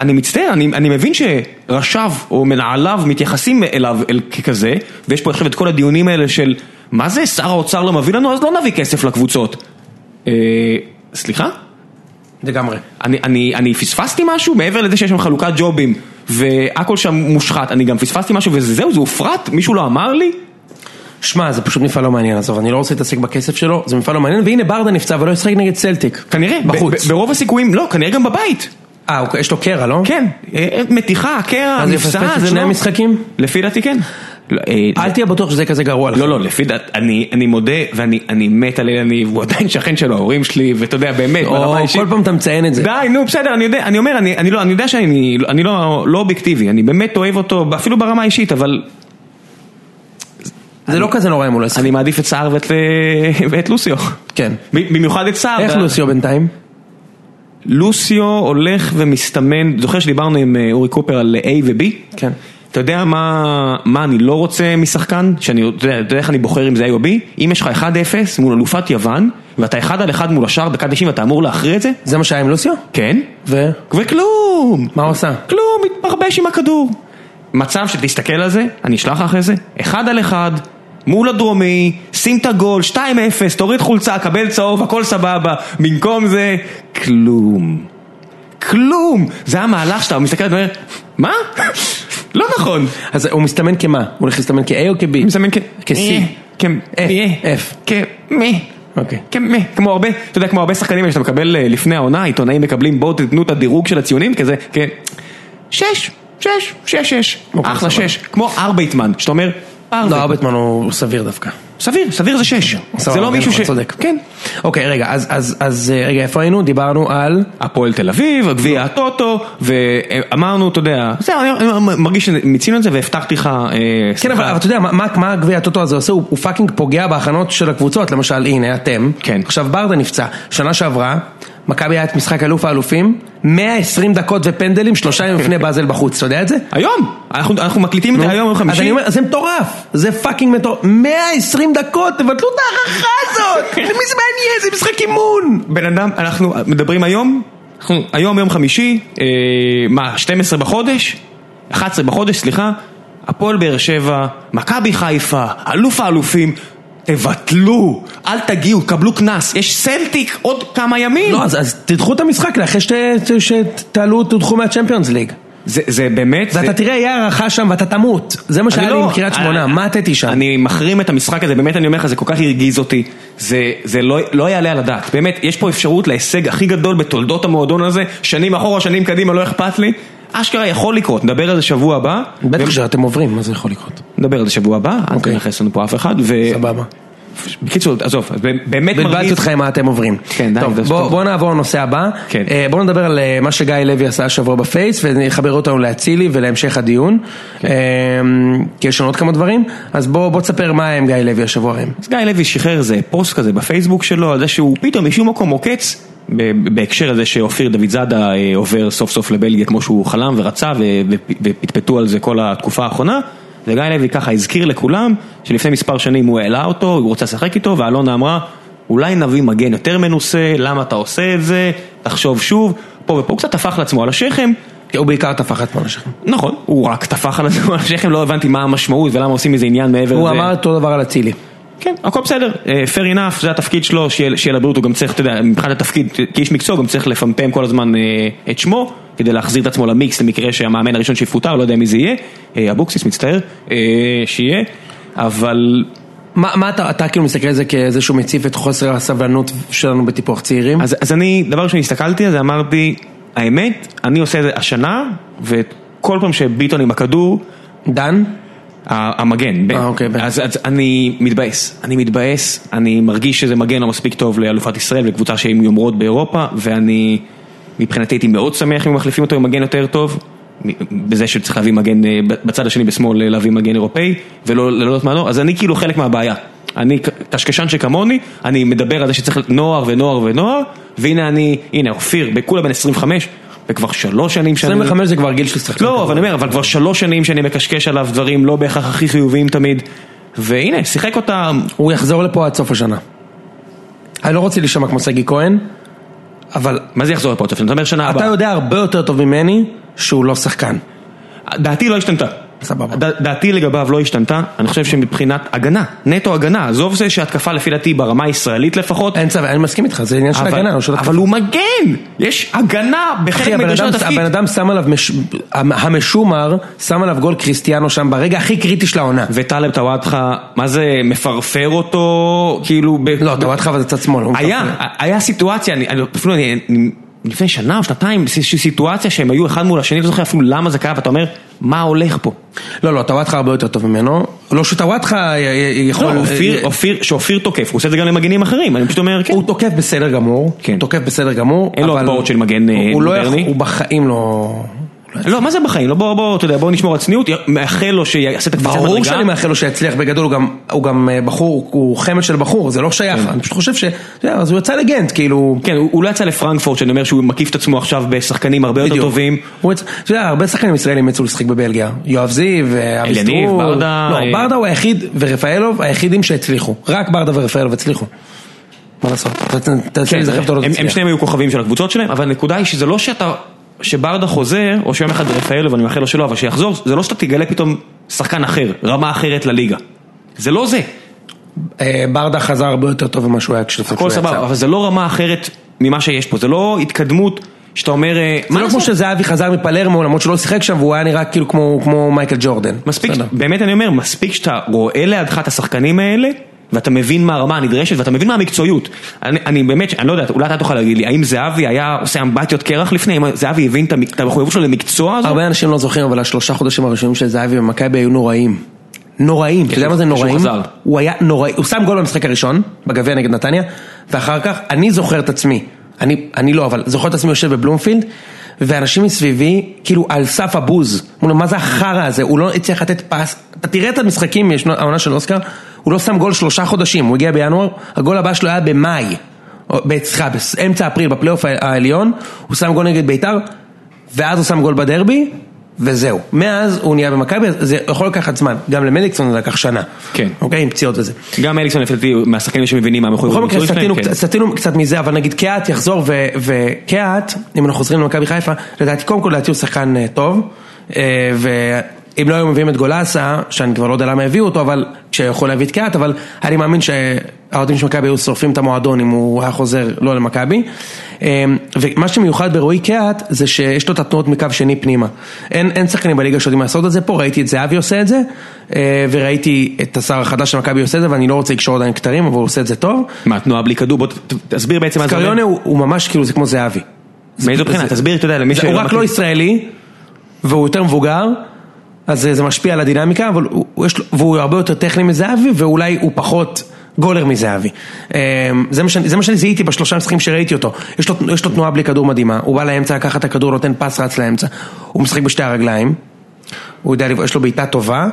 [SPEAKER 2] אני מצטער, אני, אני מבין שראשיו או מנהליו מתייחסים אליו אל, ככזה, ויש פה עכשיו את כל הדיונים האלה של מה זה, שר האוצר לא מביא לנו, אז לא נביא כסף לקבוצות. אה, סליחה?
[SPEAKER 1] לגמרי.
[SPEAKER 2] אני, אני, אני פספסתי משהו מעבר לזה שיש שם חלוקת ג'ובים והכל שם מושחת, אני גם פספסתי משהו וזהו, זה הופרט? מישהו לא אמר לי?
[SPEAKER 1] שמע, זה פשוט מפעל לא מעניין, עזוב, אני לא רוצה להתעסק בכסף שלו, זה מפעל לא מעניין, והנה ברדה נפצע ולא ישחק נגד צלטיק.
[SPEAKER 2] כנראה, ב-
[SPEAKER 1] בחוץ.
[SPEAKER 2] ב- ברוב הסיכויים, לא, כנראה גם בבית.
[SPEAKER 1] אה, אוקיי, יש לו קרע, לא?
[SPEAKER 2] כן, אה, מתיחה, קרע,
[SPEAKER 1] אז
[SPEAKER 2] נפסע,
[SPEAKER 1] יפספס
[SPEAKER 2] זה
[SPEAKER 1] את שני
[SPEAKER 2] לא...
[SPEAKER 1] המשחקים?
[SPEAKER 2] לפי דעתי כן. לא, אה,
[SPEAKER 1] אל תהיה בטוח שזה כזה גרוע לך.
[SPEAKER 2] לא, לא, לפי דעת, אני, אני מודה, ואני אני מת על אילניב, הוא עדיין שכן של ההורים שלי, ואתה יודע, באמת,
[SPEAKER 1] או, לא, כל פעם אתה מציין את זה.
[SPEAKER 2] די, נו, בסדר, אני יודע, אני אומר, אני, אני, לא, אני יודע שאני אני לא, לא אובייקטיבי, אני באמת אוהב אותו, אפילו ברמה האישית, אבל
[SPEAKER 1] זה לא כזה נורא אם הוא לא ישחק.
[SPEAKER 2] אני מעדיף את סער ואת, אה, ואת לוסיו.
[SPEAKER 1] כן.
[SPEAKER 2] ב- במיוחד את סער.
[SPEAKER 1] איך
[SPEAKER 2] אתה-
[SPEAKER 1] לוסיו בינתיים?
[SPEAKER 2] לוסיו הולך ומסתמן, זוכר שדיברנו עם אה, אורי קופר על אה, A ו-B?
[SPEAKER 1] כן.
[SPEAKER 2] אתה יודע מה, מה אני לא רוצה משחקן? שאני, אתה יודע, אתה יודע איך אני בוחר אם זה A או B? אם יש לך 1-0 מול אלופת יוון, ואתה 1 על 1 מול השאר דקה 90 ואתה אמור להכריע את זה?
[SPEAKER 1] זה מה שהיה עם לוסיו?
[SPEAKER 2] כן.
[SPEAKER 1] ו?
[SPEAKER 2] וכלום!
[SPEAKER 1] מה הוא עשה?
[SPEAKER 2] כלום, מתברבש עם הכדור. מצב שתסתכל על זה, אני אשלח לך אחרי זה, אחד על אחד, מול הדרומי, שים את הגול, 2-0, תוריד חולצה, קבל צהוב, הכל סבבה, במקום זה, כלום. כלום! זה המהלך שאתה מסתכל ואומר, מה? לא נכון.
[SPEAKER 1] אז הוא מסתמן כמה? הוא הולך להסתמן כ-A או
[SPEAKER 2] אני
[SPEAKER 1] כ-B?
[SPEAKER 2] מסמן כ...
[SPEAKER 1] כ-C.
[SPEAKER 2] כ...
[SPEAKER 1] F, F.
[SPEAKER 2] כ... מי.
[SPEAKER 1] אוקיי.
[SPEAKER 2] כמ- כמו הרבה, אתה יודע, כמו הרבה שחקנים שאתה מקבל אה, לפני העונה, עיתונאים מקבלים, בואו תתנו את הדירוג של הציונים, כזה, כ... שש, שש, שש, שש,
[SPEAKER 1] אוקיי,
[SPEAKER 2] אחלה
[SPEAKER 1] סבבה.
[SPEAKER 2] שש, כמו ארבייטמן, שאתה אומר,
[SPEAKER 1] לא,
[SPEAKER 2] ארבייט,
[SPEAKER 1] ארבטמן הוא סביר דווקא.
[SPEAKER 2] סביר, סביר זה שש,
[SPEAKER 1] סבבה,
[SPEAKER 2] זה לא
[SPEAKER 1] נכון,
[SPEAKER 2] מישהו ש...
[SPEAKER 1] צודק.
[SPEAKER 2] כן.
[SPEAKER 1] אוקיי, רגע, אז- אז- אז אה, רגע, איפה היינו? דיברנו על...
[SPEAKER 2] הפועל תל אביב,
[SPEAKER 1] לא.
[SPEAKER 2] גביע הטוטו, ואמרנו, אתה יודע, זהו, אני- אני מרגיש שמיצינו את זה והבטחתי לך, אה,
[SPEAKER 1] כן, אבל אבל אתה יודע, מה- מה מה הגביע הטוטו הזה עושה? הוא הוא פאקינג פוגע בהכנות של הקבוצות, למשל, הנה, אתם.
[SPEAKER 2] כן.
[SPEAKER 1] עכשיו ברדה נפצע. שנה שעברה, מכבי היה את משחק אלוף האלופים, 120 דקות ופנדלים, שלושה ימים לפני באזל בחוץ, אתה יודע את זה?
[SPEAKER 2] היום, אנחנו אנחנו מקליטים את זה היום, יום
[SPEAKER 1] אז אני
[SPEAKER 2] חמישי,
[SPEAKER 1] אומר, זה מטורף, זה פאקינג מטורף, 120 דקות, תבטלו את ההערכה הזאת, למי זה מעניין, זה משחק אימון.
[SPEAKER 2] בן אדם, אנחנו מדברים היום, אנחנו, היום יום חמישי, אה, מה, 12 בחודש? 11 בחודש, סליחה, הפועל באר שבע, מכבי חיפה, אלוף האלופים, תבטלו, אל תגיעו, קבלו קנס, יש סלטיק עוד כמה ימים.
[SPEAKER 1] לא, אז- אז תדחו את המשחק לאחרי שת- שתעלו, תודחו מהצ'מפיונס ליג.
[SPEAKER 2] זה, זה באמת, זה,
[SPEAKER 1] ואתה תראה, יהיה הערכה שם ואתה תמות, זה מה
[SPEAKER 2] אני
[SPEAKER 1] שהיה לי עם קריית שמונה,
[SPEAKER 2] אני-
[SPEAKER 1] מה התתי שם?
[SPEAKER 2] אני מחרים את המשחק הזה, באמת אני אומר לך, זה כל כך הרגיז אותי, זה, זה לא, לא יעלה על הדעת, באמת, יש פה אפשרות להישג הכי גדול בתולדות המועדון הזה, שנים אחורה, שנים קדימה, לא אכפת לי, אשכרה יכול לקרות, נדבר על זה שבוע הבא,
[SPEAKER 1] בטח שאתם עוברים, מה זה יכול לקרות?
[SPEAKER 2] נדבר על זה שבוע הבא, אל תנכס לנו פה אף אחד, ו...
[SPEAKER 1] סבבה.
[SPEAKER 2] בקיצור, עזוב, באמת
[SPEAKER 1] בלבלתי
[SPEAKER 2] מרגיז,
[SPEAKER 1] אותך עם מה אתם עוברים.
[SPEAKER 2] כן, די,
[SPEAKER 1] טוב,
[SPEAKER 2] זה
[SPEAKER 1] בוא-
[SPEAKER 2] ספורט.
[SPEAKER 1] בוא נעבור לנושא הבא.
[SPEAKER 2] כן.
[SPEAKER 1] אה, בוא נדבר על אה, מה שגיא לוי עשה השבוע בפייס, ונחבר אותנו לאצילי ולהמשך הדיון.
[SPEAKER 2] כן.
[SPEAKER 1] אה, כי יש לנו עוד כמה דברים, אז בוא בוא תספר מה היה עם גיא לוי השבוע היום.
[SPEAKER 2] אז גיא לוי שחרר איזה פוסט כזה בפייסבוק שלו, על זה שהוא פתאום משום מקום עוקץ, ב- בהקשר הזה שאופיר דוד זאדה אה, עובר סוף סוף לבלגיה כמו שהוא חלם ורצה, ו- ו- ופטפטו על זה כל התקופה האחרונה, וגיא לוי ככה הזכיר לכולם, שלפני מספר שנים הוא העלה אותו, הוא רוצה לשחק איתו, ואלונה אמרה, אולי נביא מגן יותר מנוסה, למה אתה עושה את זה, תחשוב שוב, פה ופה הוא קצת טפח לעצמו על השכם,
[SPEAKER 1] כי הוא בעיקר טפח את פעם שלכם.
[SPEAKER 2] נכון, הוא רק טפח על עצמו על השכם, לא הבנתי מה המשמעות ולמה עושים מזה עניין מעבר לזה.
[SPEAKER 1] הוא אמר אותו דבר על אצילי.
[SPEAKER 2] כן, הכל בסדר, אה, fair enough, זה התפקיד שלו, שיהיה שיהיה לבריאות, הוא גם צריך, אתה יודע, מבחינת התפקיד, כאיש מקצוע, הוא גם צריך לפמפם כל הזמן אה, את שמו, כדי להחזיר את עצמו למיקס, למקרה שהמאמן הראשון שיפוטר, לא יודע מי זה יהיה, אה, אבוקסיס, מצטער, אה, שיהיה, אבל...
[SPEAKER 1] מה מה אתה אתה כאילו מסתכל על זה כאיזה שהוא מציף את חוסר הסבלנות שלנו בטיפוח צעירים?
[SPEAKER 2] אז, אז אני, דבר ראשון, הסתכלתי על זה, אמרתי, האמת, אני עושה את זה השנה, וכל פעם שביטון עם הכדור,
[SPEAKER 1] דן?
[SPEAKER 2] ה- המגן, ב-
[SPEAKER 1] אה, אוקיי, ב-
[SPEAKER 2] אז, אז אני מתבאס, אני מתבאס, אני מרגיש שזה מגן לא מספיק טוב לאלופת ישראל וקבוצה שהיא יומרות באירופה, ואני מבחינתי הייתי מאוד שמח אם מחליפים אותו עם מגן יותר טוב, מ- בזה שצריך להביא מגן, אה, ב- בצד השני בשמאל אה, להביא מגן אירופאי, ולא לא יודעת מה לא, אז אני כאילו חלק מהבעיה. אני ק- קשקשן שכמוני, אני מדבר על זה שצריך נוער ונוער ונוער, והנה אני, הנה אופיר, כולה בן 25, וכבר שלוש שנים שאני...
[SPEAKER 1] 25 זה כבר גיל של שחקן.
[SPEAKER 2] לא, אבל אני אומר, אבל כבר שלוש שנים שאני מקשקש עליו דברים לא בהכרח הכי חיוביים תמיד. והנה, שיחק אותם,
[SPEAKER 1] הוא יחזור לפה עד סוף השנה. אני לא רוצה להישמע כמו שגיא כהן, אבל
[SPEAKER 2] מה זה יחזור לפה? אתה אומר שנה
[SPEAKER 1] אתה
[SPEAKER 2] הבאה.
[SPEAKER 1] יודע הרבה יותר טוב ממני שהוא לא שחקן.
[SPEAKER 2] דעתי לא השתנתה.
[SPEAKER 1] סבבה.
[SPEAKER 2] ד- דעתי לגביו לא השתנתה, אני חושב שמבחינת הגנה, נטו הגנה, עזוב זה שהתקפה לפי דעתי ברמה הישראלית לפחות,
[SPEAKER 1] אין צו, אני מסכים איתך, זה עניין אה, של
[SPEAKER 2] אבל-
[SPEAKER 1] הגנה, לא של
[SPEAKER 2] אבל הוא מגן! יש הגנה
[SPEAKER 1] אחי,
[SPEAKER 2] בחלק
[SPEAKER 1] הבן
[SPEAKER 2] מגרשי
[SPEAKER 1] אדם,
[SPEAKER 2] התפקיד.
[SPEAKER 1] הבן אדם שם עליו, מש... המ- המשומר, שם עליו גול קריסטיאנו שם ברגע הכי קריטי של העונה.
[SPEAKER 2] וטלב טוואטחה, מה זה, מפרפר אותו, כאילו... ב-
[SPEAKER 1] לא,
[SPEAKER 2] ב-
[SPEAKER 1] אתה רואה אותך וזה צד שמאל. הוא
[SPEAKER 2] היה,
[SPEAKER 1] מפרפר.
[SPEAKER 2] היה סיטואציה, אני, אני, אפילו אני, אני, לפני שנה או שנתיים, איזושהי סיטואציה שהם היו אחד מול השני, לא זוכר אפילו למה זה קרה, ואתה אומר, מה הולך פה?
[SPEAKER 1] לא, לא, טוואטחה הרבה יותר טוב ממנו. לא שטוואטחה אה, יכול...
[SPEAKER 2] לא, אופיר, אופיר, שאופיר תוקף, הוא עושה את זה גם למגנים אחרים, אני פשוט אומר, כן.
[SPEAKER 1] הוא תוקף בסדר גמור.
[SPEAKER 2] כן.
[SPEAKER 1] הוא תוקף בסדר גמור.
[SPEAKER 2] אין לו
[SPEAKER 1] אבל
[SPEAKER 2] הגבהות של מגן, אה,
[SPEAKER 1] הוא לא יכול,
[SPEAKER 2] מודרני.
[SPEAKER 1] הוא בחיים לא...
[SPEAKER 2] לא, מה זה בחיים? לא, בוא, בוא, אתה יודע, בוא נשמור על צניעות, מאחל לו שיעשה את הקפיצת מדרגה.
[SPEAKER 1] ברור שאני מאחל לו שיצליח בגדול, הוא גם- הוא גם אה, בחור, הוא חמד של בחור, זה לא שייך, אני פשוט חושב ש... אתה יודע, אז הוא יצא לגנט, כאילו...
[SPEAKER 2] כן, הוא הוא לא יצא לפרנקפורט, שאני אומר שהוא מקיף את עצמו עכשיו בשחקנים הרבה יותר
[SPEAKER 1] בדיוק.
[SPEAKER 2] טובים.
[SPEAKER 1] הוא יצא- אתה יודע, הרבה שחקנים ישראלים יצאו לשחק בבלגיה. יואב זיו, אה, אבי
[SPEAKER 2] אליניב,
[SPEAKER 1] סטרור.
[SPEAKER 2] ברדה,
[SPEAKER 1] לא,
[SPEAKER 2] אה,
[SPEAKER 1] ברדה הוא היחיד ורפאלוב היחידים שהצליחו. רק ברדה ורפאלוב הצליחו. מה לעשות? תעשה לי זכר לא
[SPEAKER 2] כן, הם- הם
[SPEAKER 1] תצליח.
[SPEAKER 2] שניהם היו כוכבים של הקבוצות שלהם, אבל הנקודה היא שזה לא שאתה, שברדה חוזר, או שיום אחד רפאלו ואני מאחל לו שלא, אבל שיחזור, זה לא שאתה תגלה פתאום שחקן אחר, רמה אחרת לליגה. זה לא זה,
[SPEAKER 1] אה, ברדה חזר הרבה יותר טוב ממה שהוא היה כשלפני שהוא
[SPEAKER 2] הכל
[SPEAKER 1] יצא.
[SPEAKER 2] סבבה, אבל זה לא רמה אחרת ממה שיש פה, זה לא התקדמות שאתה אומר, אה,
[SPEAKER 1] זה
[SPEAKER 2] מה
[SPEAKER 1] לא כמו
[SPEAKER 2] לעשות?
[SPEAKER 1] שזהבי חזר מפלרמו למרות שהוא לא שיחק שם והוא היה נראה כאילו כמו כמו מייקל ג'ורדן.
[SPEAKER 2] מספיק,
[SPEAKER 1] בסדר.
[SPEAKER 2] באמת אני אומר, מספיק שאתה רואה לידך את השחקנים האלה, ואתה מבין מה הרמה הנדרשת, ואתה מבין מה המקצועיות. אני, אני באמת, אני לא יודע, אולי אתה תוכל להגיד לי, האם זהבי היה עושה אמבטיות קרח לפני, האם זהבי הבין את המק- את המחויבות שלו למקצוע הזו?
[SPEAKER 1] הרבה אנשים לא זוכרים אבל השלושה חודשים הראשונים של זהבי במכבי היו נוראים. נוראים, אתה יודע מה זה
[SPEAKER 2] כשהוא
[SPEAKER 1] נוראים?
[SPEAKER 2] חזר.
[SPEAKER 1] הוא היה נוראי, הוא שם גול במשחק הראשון, בגביע נגד נתניה, ואחר כך, אני זוכר את עצמי, אני, אני לא, אבל זוכר את עצמי יושב בבלומפילד, ואנשים מסביבי, כאילו על סף הבוז, אמרו לו, מה זה החרא הזה, הוא לא הצליח לתת פס, אתה תראה את המשחקים משנות העונה של אוסקר, הוא לא שם גול שלושה חודשים, הוא הגיע בינואר, הגול הבא שלו היה במאי, או- סליחה, באמצע אפריל, בפלייאוף העליון, הוא שם גול נגד בית"ר, ואז הוא שם גול בדרבי, וזהו. מאז הוא נהיה במכבי, זה יכול לקחת זמן, גם למליקסון זה לקח שנה.
[SPEAKER 2] כן.
[SPEAKER 1] אוקיי, עם פציעות וזה.
[SPEAKER 2] גם אליקסון לפי דעתי הוא מהשחקנים שמבינים מה
[SPEAKER 1] בכל
[SPEAKER 2] המחויבות
[SPEAKER 1] מקרה,
[SPEAKER 2] המקצועית
[SPEAKER 1] סטינו,
[SPEAKER 2] שלהם,
[SPEAKER 1] קצת-
[SPEAKER 2] כן.
[SPEAKER 1] סטינו קצת מזה, אבל נגיד קהת יחזור, ו- וקהת, אם אנחנו חוזרים למכבי חיפה, לדעתי, קודם כל לדעתי הוא שחקן אה, טוב, אה, ואם לא היו מביאים את גולסה, שאני כבר לא יודע למה הביאו אותו, אבל שיכול להביא את קהת, אבל אני מאמין שהאוהדים של מכבי היו שורפים את המועדון אם הוא היה חוזר לא למכבי. אה, ומה שמיוחד ברועי קהת, זה שיש לו את התנועות מקו שני פנימה. אין, אין שחקנים בליגה שיודעים לעשות את זה פה, ראיתי את זהבי עושה את זה, אה, וראיתי את השר החדש של מכבי עושה את זה, ואני לא רוצה לקשור עדיין כתרים, אבל הוא עושה את זה טוב.
[SPEAKER 2] מה, תנועה בלי כדור? בוא ת- ת- תסביר בעצם מה זה אומר.
[SPEAKER 1] קריונה הוא, הוא ממש כאילו זה כמו זהבי.
[SPEAKER 2] מאיזו
[SPEAKER 1] זה-
[SPEAKER 2] בחינה?
[SPEAKER 1] זה-
[SPEAKER 2] תסביר, אתה יודע, למי
[SPEAKER 1] זה-
[SPEAKER 2] שלא
[SPEAKER 1] הוא רק
[SPEAKER 2] מכיר.
[SPEAKER 1] לא ישראלי, והוא יותר מבוגר, אז אה, זה, זה משפיע על הדינמיקה, אבל הוא, הוא יש, לו- והוא הרבה יותר טכני מזהבי, ואולי הוא פחות גולר מזהבי. אמ, זה מה, שאני, זה מה שאני זיהיתי בשלושה משחקים שראיתי אותו. יש לו, יש לו תנועה בלי כדור מדהימה, הוא בא לאמצע לקחת את הכדור, נותן פס רץ לאמצע. הוא משחק בשתי הרגליים, הוא יודע, לב- יש לו בעיטה טובה,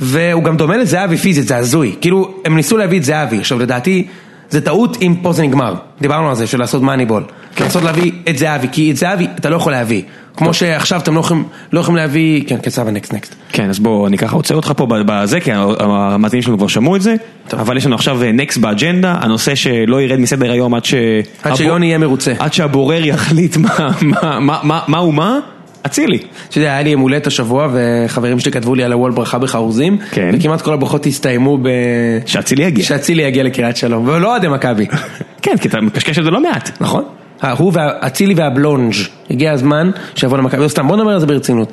[SPEAKER 1] והוא גם דומה לזהבי פיזית, זה הזוי. כאילו, הם ניסו להביא את זהבי, עכשיו לדעתי, זה טעות אם פה זה נגמר. דיברנו על זה, של לעשות מאניבול. כן. לנסות להביא את זהבי, כי את זהבי אתה לא יכול להביא. כמו שעכשיו אתם לא יכולים, לא יכולים להביא, כן, קצר ונקסט נקסט.
[SPEAKER 2] כן, אז בוא, אני ככה עוצר אותך פה בזה, כי המאזינים שלנו כבר שמעו את זה, אבל יש לנו עכשיו נקסט באג'נדה, הנושא שלא ירד מסדר היום עד ש...
[SPEAKER 1] עד שיוני יהיה מרוצה.
[SPEAKER 2] עד שהבורר יחליט מה- מה- מה- מה- מה הוא מה, אצילי.
[SPEAKER 1] אתה יודע, היה לי יום הולדת השבוע, וחברים שלי כתבו לי על הוול ברכה בחרוזים,
[SPEAKER 2] כן.
[SPEAKER 1] וכמעט כל הברכות הסתיימו ב...
[SPEAKER 2] שאצילי יגיע.
[SPEAKER 1] שאצילי יגיע לקריית שלום, ולא אוהדי מכבי.
[SPEAKER 2] כן, כי אתה מקשקש את זה לא מעט.
[SPEAKER 1] נכון? אה, הוא והאצילי והבלונג', הגיע הזמן שיבוא למכבי, לא סתם בוא נדבר על זה ברצינות.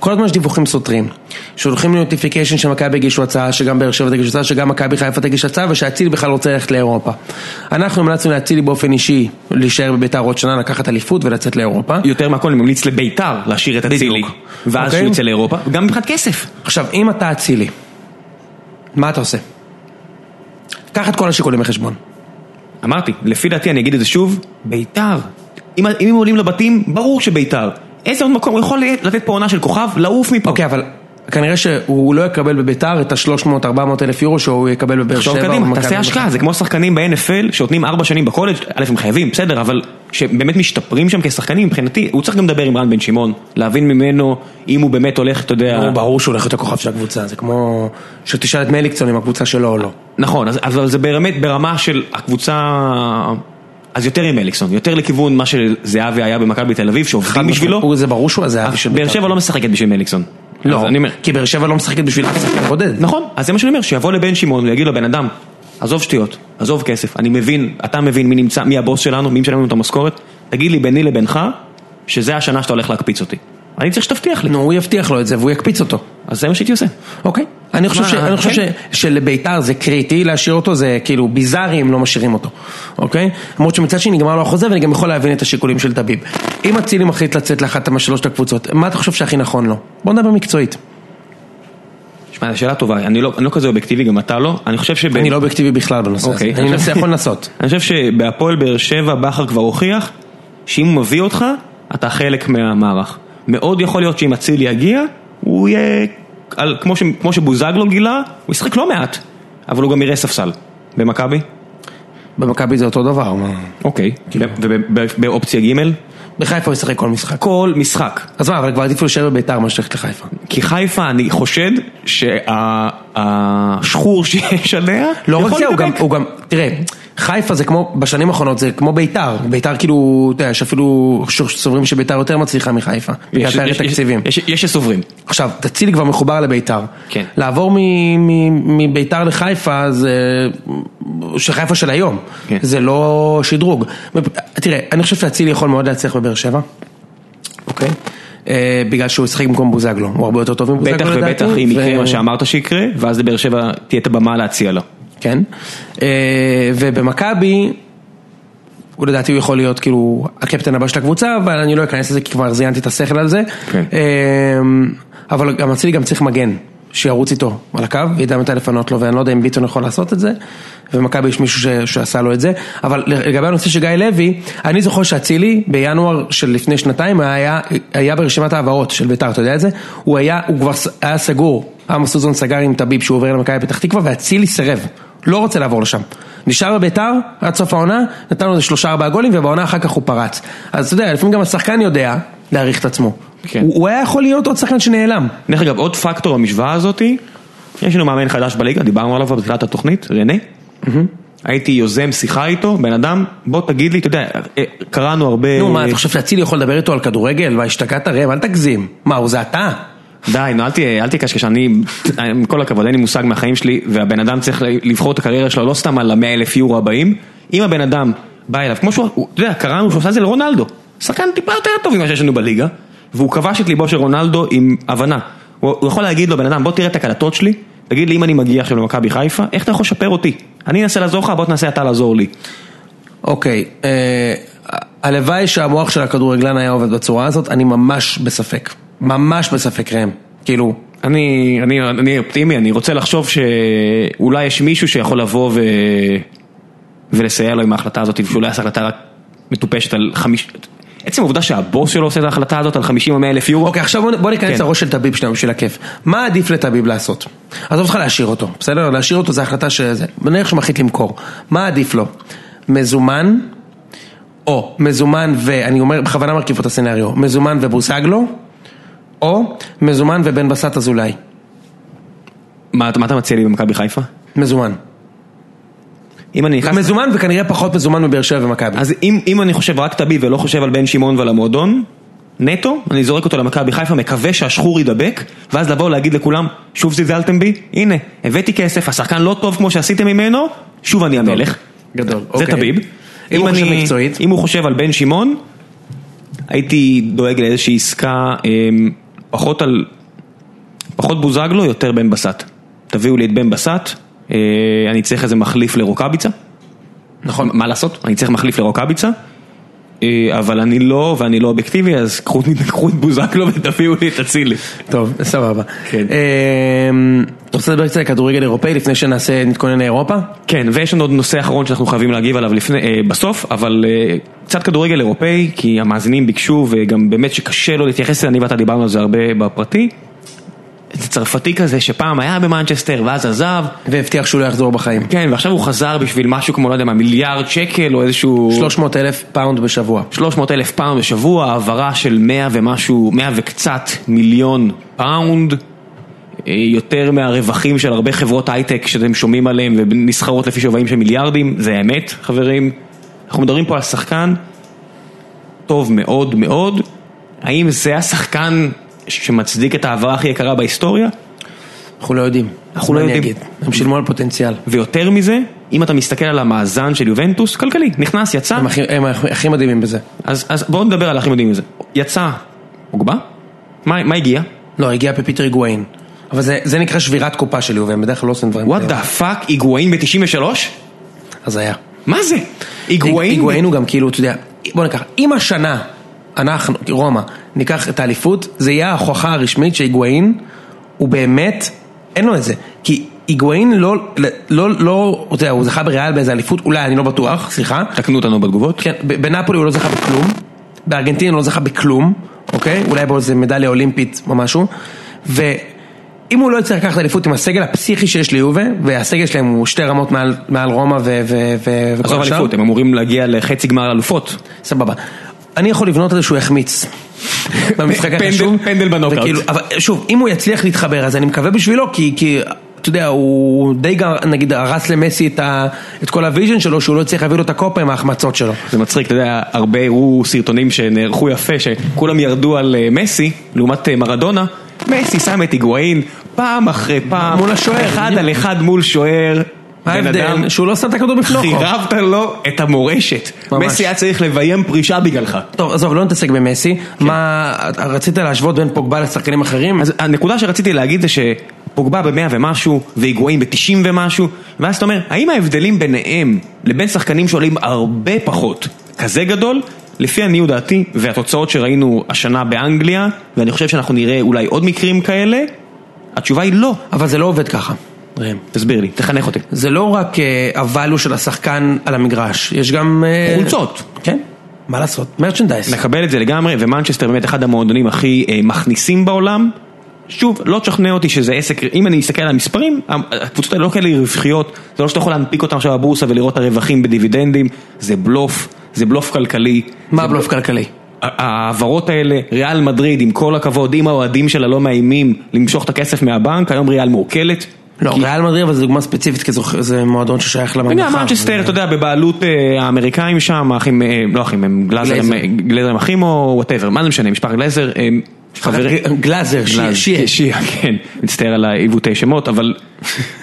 [SPEAKER 1] כל הזמן יש דיווחים סותרים, שולחים לי נוטיפיקיישן שמכבי הגישו הצעה, שגם באר שבע תגיש הצעה, שגם מכבי חיפה תגיש הצעה, ושאצילי בכלל רוצה ללכת לאירופה. אנחנו המלצנו לאצילי באופן אישי להישאר בביתר עוד שנה, לקחת אליפות ולצאת לאירופה.
[SPEAKER 2] יותר מהכל אני ממליץ לביתר להשאיר את אצילי,
[SPEAKER 1] בדיוק.
[SPEAKER 2] ואז
[SPEAKER 1] אוקיי.
[SPEAKER 2] שהוא יצא לאירופה, גם מבחינת כסף.
[SPEAKER 1] עכשיו, אם אתה אצילי, מה אתה עושה? קח את כל השיקולים בחשבון.
[SPEAKER 2] אמרתי, לפי דעתי אני אגיד את זה שוב, ביתר. אם, אם הם עולים לבתים, ברור שביתר. איזה עוד מקום, הוא יכול לתת פה עונה של כוכב, לעוף מפה.
[SPEAKER 1] אוקיי, אבל כנראה שהוא לא יקבל בביתר את ה-300-400 אלף יורו שהוא יקבל בבאר שבע.
[SPEAKER 2] עכשיו
[SPEAKER 1] או
[SPEAKER 2] קדימה,
[SPEAKER 1] במכבי
[SPEAKER 2] תעשה
[SPEAKER 1] חיפה.
[SPEAKER 2] השקעה, זה כמו שחקנים ב-NFL שנותנים ארבע שנים בקולג', א' הם חייבים, בסדר, אבל שבאמת משתפרים שם כשחקנים, מבחינתי, הוא צריך גם לדבר עם רן בן שמעון, להבין ממנו אם הוא באמת הולך, אתה יודע...
[SPEAKER 1] נו, ברור שהוא הולך להיות הכוכב של הקבוצה, זה כמו שתשאל את מליקסון אם הקבוצה שלו או לא.
[SPEAKER 2] נכון, אז, אבל זה באמת ברמה של הקבוצה... אז יותר עם אליקסון, יותר לכיוון מה שזהבי היה במכבי תל אביב, שעובדים בשבילו.
[SPEAKER 1] הוא- זה ברור שהוא הזהבי של
[SPEAKER 2] באר שבע לא משחקת בשביל מליקסון. אז
[SPEAKER 1] לא,
[SPEAKER 2] אני אומר,
[SPEAKER 1] כי באר שבע לא משחקת בשביל אף שחקן בודד.
[SPEAKER 2] נכון, אז זה מה שאני אומר, שיבוא לבן שמעון ויגיד לו, בן אדם, עזוב שטויות, עזוב כסף, אני מבין, אתה מבין מי נמצא, מי הבוס שלנו, מי משלם לנו את המשכורת, תגיד לי ביני לבינך, שזה השנה שאתה הולך להקפיץ אותי. אני צריך שתבטיח לי,
[SPEAKER 1] נו, הוא יבטיח לו את זה והוא יקפיץ אותו.
[SPEAKER 2] אז זה מה שהייתי עושה.
[SPEAKER 1] אוקיי. אני חושב,
[SPEAKER 2] מה,
[SPEAKER 1] ש... אני חושב ש...
[SPEAKER 2] כן.
[SPEAKER 1] שלביתר זה קריטי להשאיר אותו, זה כאילו ביזארי אם לא משאירים אותו, אוקיי? למרות שמצד שני נגמר לו החוזה ואני גם יכול להבין את השיקולים של טביב. אם אצילי מחליט לצאת לאחת משלושת הקבוצות, מה אתה חושב שהכי נכון לו? בוא נדבר מקצועית.
[SPEAKER 2] כן. שמע, זו שאלה טובה, אני לא, אני לא כזה אובייקטיבי, גם אתה לא, אני חושב שב...
[SPEAKER 1] אני לא אובייקטיבי בכלל בנושא הזה.
[SPEAKER 2] אוקיי.
[SPEAKER 1] אני מנסה, יכול לנסות.
[SPEAKER 2] אני חושב שבהפועל באר שבע בכר כבר הוכיח שאם הוא מביא אותך, אתה חלק מהמערך. מאוד יכול להיות שאם אצילי יגיע, הוא יהיה, על, כמו, ש, כמו שבוזגלו גילה, הוא ישחק לא מעט, אבל הוא גם יראה ספסל. במכבי?
[SPEAKER 1] במכבי זה אותו דבר. מה?
[SPEAKER 2] אוקיי.
[SPEAKER 1] כאילו.
[SPEAKER 2] ובאופציה ג'
[SPEAKER 1] בחיפה הוא ישחק כל משחק.
[SPEAKER 2] כל משחק.
[SPEAKER 1] אז מה, אבל כבר עדיף לו להישאר בביתר מאשר ללכת לחיפה.
[SPEAKER 2] כי חיפה, אני חושד שהשחור שיש עליה,
[SPEAKER 1] לא רק
[SPEAKER 2] יכול
[SPEAKER 1] זה, הוא גם,
[SPEAKER 2] להידבק.
[SPEAKER 1] הוא גם, תראה, חיפה זה כמו, בשנים האחרונות זה כמו ביתר, ביתר כאילו, אתה יודע, יש אפילו ש- סוברים שביתר יותר מצליחה מחיפה, בגלל
[SPEAKER 2] יש-
[SPEAKER 1] פערי
[SPEAKER 2] יש-
[SPEAKER 1] תקציבים.
[SPEAKER 2] יש- יש שסוברים.
[SPEAKER 1] עכשיו, תצילי כבר מחובר לביתר.
[SPEAKER 2] כן.
[SPEAKER 1] לעבור מ- מ- מביתר לחיפה זה, שחיפה של היום,
[SPEAKER 2] כן.
[SPEAKER 1] זה לא שדרוג. תראה, אני חושב שאצילי יכול מאוד להצליח בבאר שבע, אוקיי? אה, בגלל שהוא ישחק במקום בוזגלו, הוא הרבה יותר טוב מבוזגלו
[SPEAKER 2] בטח
[SPEAKER 1] לדעתי.
[SPEAKER 2] ובטח אם יקרה
[SPEAKER 1] ו-
[SPEAKER 2] מה שאמרת שיקרה, ואז לבאר שבע תהיה את הבמה להציע לו.
[SPEAKER 1] כן. אה, ובמכבי, הוא לדעתי הוא יכול להיות כאילו הקפטן הבא של הקבוצה, אבל אני לא אכנס לזה כי כבר זיינתי את השכל על זה.
[SPEAKER 2] כן.
[SPEAKER 1] אה, אבל גם אצילי גם צריך מגן, שירוץ איתו על הקו, וידע מתי לפנות לו, ואני לא יודע אם ביטון יכול לעשות את זה, ובמכבי יש מישהו ש- שעשה לו את זה. אבל לגבי הנושא של גיא לוי, אני זוכר שאצילי בינואר של לפני שנתיים היה, היה ברשימת ההעברות של ביתר, אתה יודע את זה? הוא היה, הוא כבר ס- היה סגור, עמוס סוזון סגר עם טביב שהוא עובר למכבי פתח תקווה, ואצילי סירב. לא רוצה לעבור לשם. נשאר בביתר עד סוף העונה, נתן לו איזה שלושה ארבעה גולים ובעונה אחר כך הוא פרץ. אז אתה יודע, לפעמים גם השחקן יודע להעריך את עצמו.
[SPEAKER 2] כן.
[SPEAKER 1] הוא, הוא היה יכול להיות עוד שחקן שנעלם.
[SPEAKER 2] דרך אגב, עוד פקטור במשוואה הזאתי, יש לנו מאמן חדש בליגה, דיברנו עליו בתחילת התוכנית, רנה. הייתי יוזם שיחה איתו, בן אדם, בוא תגיד לי, אתה יודע, אה, קראנו הרבה...
[SPEAKER 1] נו מה, אתה חושב שאצילי יכול לדבר איתו על כדורגל? מה, השתגעת ראם? אל תגזים. מה, הוא זה אתה?
[SPEAKER 2] די, נו, אל תהיה- אל תקשקש, אני, עם כל הכבוד, אין לי מושג מהחיים שלי, והבן אדם צריך לבחור את הקריירה שלו לא סתם על המאה אלף יורו הבאים, אם הבן אדם בא אליו, כמו שהוא, הוא- אתה יודע, קראנו שהוא עשה את זה לרונלדו, שחקן טיפה יותר טוב ממה שיש לנו בליגה, והוא כבש את ליבו של רונלדו עם הבנה. הוא הוא יכול להגיד לו, בן אדם, בוא תראה את הקלטות שלי, תגיד לי אם אני מגיע עכשיו למכבי חיפה, איך אתה יכול לשפר אותי? אני אנסה לעזור לך, בוא תנסה אתה לעזור לי.
[SPEAKER 1] אוקיי, אה, הלוואי שהמוח של הכדורגלן היה עובד בצורה הזאת, אני ממש בספק. ממש בספק ראם. כאילו,
[SPEAKER 2] אני, אני, אני אופטימי, אני רוצה לחשוב שאולי יש מישהו שיכול לבוא ו... ולסייע לו עם ההחלטה הזאת, ושאולי עשה החלטה רק מטופשת על חמיש... עצם העובדה שהבוס שלו עושה את ההחלטה הזאת על 50 או 100 אלף יורו,
[SPEAKER 1] אוקיי, עכשיו בוא, בוא ניכנס
[SPEAKER 2] כן.
[SPEAKER 1] לראש של טביב שלנו בשביל הכיף. מה עדיף לטביב לעשות? עזוב אותך להשאיר אותו, בסדר? להשאיר אותו זה החלטה שזה. נניח שהוא מחליט למכור. מה עדיף לו? מזומן, או מזומן ו... אני אומר, בכוונה מרכיב את הסצנריו. מזומן ובוסגלו, או מזומן ובן בסט אזולאי.
[SPEAKER 2] מה, אתה- מה אתה מציע לי במכבי חיפה?
[SPEAKER 1] מזומן.
[SPEAKER 2] אם אני נכנס...
[SPEAKER 1] מזומן וכנראה פחות מזומן מבאר שבע ומכבי.
[SPEAKER 2] אז אם, אם אני חושב רק תביב ולא חושב על בן שמעון ועל המועדון, נטו, אני זורק אותו למכבי חיפה, מקווה שהשחור יידבק, ואז לבוא להגיד לכולם, שוב זלזלתם בי, הנה, הבאתי כסף, השחקן לא טוב כמו שעשיתם ממנו, שוב אני המלך.
[SPEAKER 1] גדול.
[SPEAKER 2] זה
[SPEAKER 1] אוקיי.
[SPEAKER 2] תביב.
[SPEAKER 1] אם הוא
[SPEAKER 2] אני-
[SPEAKER 1] חושב מקצועית.
[SPEAKER 2] אם הוא חושב על בן שמעון, הייתי דואג לאיזושהי עסקה אמ, פחות על... פחות בוזגלו, יותר בן בסט. תביאו לי את בן בסט, אה, אני צריך איזה מחליף לרוקאביצה. נכון. מה לעשות? אני צריך מחליף לרוקאביצה. אה, אבל אני לא, ואני לא אובייקטיבי, אז קחו קחו את בוזגלו ותביאו לי את אצילי.
[SPEAKER 1] טוב, סבבה.
[SPEAKER 2] כן.
[SPEAKER 1] אמ, אתה רוצה לדבר קצת על כדורגל אירופאי לפני שנעשה, נתכונן לאירופה?
[SPEAKER 2] כן, ויש לנו עוד נושא אחרון שאנחנו חייבים להגיב עליו לפני, אה, בסוף, אבל אה, קצת כדורגל אירופאי, כי המאזינים ביקשו, וגם באמת שקשה לו להתייחס לזה, אני ואתה דיברנו על זה הרבה בפרטי. זה צרפתי כזה שפעם היה במנצ'סטר ואז עזב,
[SPEAKER 1] והבטיח שהוא לא יחזור בחיים.
[SPEAKER 2] כן, ועכשיו הוא חזר בשביל משהו כמו, לא יודע מה, מיליארד שקל או איזשהו...
[SPEAKER 1] 300 אלף פאונד בשבוע.
[SPEAKER 2] 300 אלף פאונד בשבוע, העברה של 100 ומשהו, 100 וקצת מיליון פאונד, אה, יותר מהרווחים של הרבה חברות הייטק שאתם שומעים עליהם ונסחרות לפי שווים של מיליארדים, זה האמת חברים. אנחנו מדברים פה על שחקן טוב מאוד מאוד, האם זה השחקן שמצדיק את ההעברה הכי יקרה בהיסטוריה,
[SPEAKER 1] אנחנו לא יודעים.
[SPEAKER 2] אנחנו לא
[SPEAKER 1] מה אני
[SPEAKER 2] יודעים.
[SPEAKER 1] אגיד? הם שילמו על פוטנציאל.
[SPEAKER 2] ויותר מזה, אם אתה מסתכל על המאזן של יובנטוס, כלכלי, נכנס, יצא,
[SPEAKER 1] הם הכי- הם הכי הכי מדהימים בזה.
[SPEAKER 2] אז, אז בואו נדבר על הכי מדהים מזה. יצא, הוגבה? מה, מה הגיע?
[SPEAKER 1] לא, הגיע פפיטר היגואין. אבל זה, זה נקרא שבירת קופה של יובל, הם בדרך כלל לא עושים דברים
[SPEAKER 2] וואט דה פאק, היגואין ב-93?
[SPEAKER 1] אז היה.
[SPEAKER 2] מה זה? היגואין?
[SPEAKER 1] היגואין הוא גם כאילו, אתה יודע, בוא ניקח, אם השנה, אנחנו, רומא, ניקח את האליפות, זה יהיה ההוכחה הרשמית שהיגואין הוא באמת, אין לו את זה. כי היגואין לא, לא, לא, אתה יודע, הוא זכה בריאל באיזה אליפות, אולי, אני לא בטוח, סליחה.
[SPEAKER 2] תקנו אותנו בתגובות.
[SPEAKER 1] כן, ב- בנפולי הוא לא זכה בכלום, בארגנטינה הוא לא זכה בכלום, אוקיי? אולי באיזה מדליה אולימפית או משהו. ואם הוא לא יצטרך לקחת אליפות עם הסגל הפסיכי שיש ליובה, והסגל שלהם הוא שתי רמות מעל, מעל רומא ו- ו- ו-
[SPEAKER 2] עזוב
[SPEAKER 1] וכל השאר,
[SPEAKER 2] אליפות, הם אמורים להגיע לחצי גמר אלופות.
[SPEAKER 1] סבבה. אני יכול לבנות על זה שהוא יחמיץ. במשחק
[SPEAKER 2] פנדל-
[SPEAKER 1] החשוב.
[SPEAKER 2] פנדל בנוקאוט.
[SPEAKER 1] וכאילו, אבל שוב, אם הוא יצליח להתחבר, אז אני מקווה בשבילו, כי, כי אתה יודע, הוא די גר, נגיד, הרס למסי את, ה, את כל הוויז'ן שלו, שהוא לא הצליח להביא לו את הקופה עם ההחמצות שלו.
[SPEAKER 2] זה מצחיק, אתה יודע, הרבה הראו סרטונים שנערכו יפה, שכולם ירדו על אה, מסי, לעומת אה, מרדונה. מסי שם את היגואין פעם אחרי פעם.
[SPEAKER 1] מול השוער.
[SPEAKER 2] אחד על אחד מול שוער.
[SPEAKER 1] מה
[SPEAKER 2] בן אדם
[SPEAKER 1] ההבדל? שהוא לא שם את הכדור בפלוחו.
[SPEAKER 2] חירבת לו את המורשת.
[SPEAKER 1] ממש.
[SPEAKER 2] מסי היה צריך לביים פרישה בגללך.
[SPEAKER 1] טוב, עזוב, לא נתעסק במסי. מה, רצית להשוות בין פוגבה לשחקנים אחרים?
[SPEAKER 2] כן. אז הנקודה שרציתי להגיד זה שפוגבה במאה ומשהו, והיגואים בתשעים ומשהו, ואז אתה אומר, האם ההבדלים ביניהם לבין שחקנים שעולים הרבה פחות, כזה גדול? לפי עניות דעתי, והתוצאות שראינו השנה באנגליה, ואני חושב שאנחנו נראה אולי עוד מקרים כאלה, התשובה היא לא.
[SPEAKER 1] אבל זה לא עובד ככה. ראם.
[SPEAKER 2] תסביר לי, תחנך אותי.
[SPEAKER 1] זה לא רק אה, הvalue של השחקן על המגרש, יש גם... אה,
[SPEAKER 2] חולצות. נכון.
[SPEAKER 1] כן, מה לעשות? מרצ'נדייז.
[SPEAKER 2] נקבל את זה לגמרי, ומנצ'סטר באמת אחד המועדונים הכי אה, מכניסים בעולם. שוב, לא תשכנע אותי שזה עסק, אם אני מסתכל על המספרים, הקבוצות האלה לא כאלה רווחיות, זה לא שאתה יכול להנפיק אותם עכשיו בבורסה ולראות את הרווחים בדיבידנדים, זה בלוף, זה בלוף כלכלי.
[SPEAKER 1] מה הבלוף כלכלי?
[SPEAKER 2] ה- ההעברות האלה, ריאל מדריד, עם כל הכבוד, אם האוהדים שלה לא מאיימים למשוך את הכסף מהבנק, היום ריאל מעוקלת.
[SPEAKER 1] לא, ריאל מדריד אבל זו דוגמה ספציפית, כי זו- זה מועדון ששייך
[SPEAKER 2] אתה יודע,
[SPEAKER 1] לממלכה.
[SPEAKER 2] מנצ'סטר, אתה
[SPEAKER 1] נכון.
[SPEAKER 2] יודע, בבעלות אה, האמריקאים שם, האחים, אה, לא אחים, הם גלאזר,
[SPEAKER 1] גלאזר.
[SPEAKER 2] הם- גלאזר הם אחים או וואטאבר, מה זה משנה, משפחת גלאזר, הם חברים,
[SPEAKER 1] ג- גלאזר, שיעה,
[SPEAKER 2] גלאז,
[SPEAKER 1] שיעה.
[SPEAKER 2] שיעה, כן, מצטער על העיוותי שמות, אבל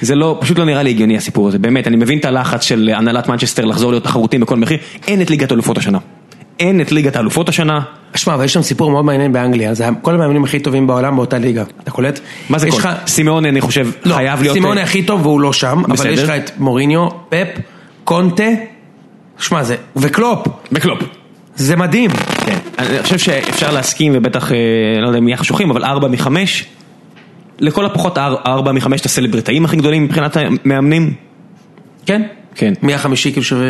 [SPEAKER 2] זה לא, פשוט לא נראה לי הגיוני הסיפור הזה, באמת, אני מבין את הלחץ של הנהלת מנצ'סטר לחזור להיות תחרותים בכל מחיר, אין את ליגת האלופות השנה. אין את ליגת האלופות השנה,
[SPEAKER 1] שמע, אבל יש שם סיפור מאוד מעניין באנגליה, זה כל המאמנים הכי טובים בעולם באותה ליגה, אתה קולט?
[SPEAKER 2] מה זה
[SPEAKER 1] יש
[SPEAKER 2] כל?
[SPEAKER 1] לך-
[SPEAKER 2] סימאון, אני חושב,
[SPEAKER 1] לא,
[SPEAKER 2] חייב להיות... אה,
[SPEAKER 1] סימון הכי טוב והוא לא שם, אבל
[SPEAKER 2] בסדר.
[SPEAKER 1] יש לך את מוריניו, פפ, קונטה, שמע זה, וקלופ,
[SPEAKER 2] בקלופ.
[SPEAKER 1] זה מדהים.
[SPEAKER 2] כן, אני חושב שאפשר להסכים, ובטח, אה, לא יודע אם נהיה חשוכים, אבל ארבע מחמש, לכל הפחות אר- ארבע מחמש את הסלבריטאים הכי גדולים מבחינת המאמנים,
[SPEAKER 1] כן?
[SPEAKER 2] כן.
[SPEAKER 1] מי החמישי כאילו שווה...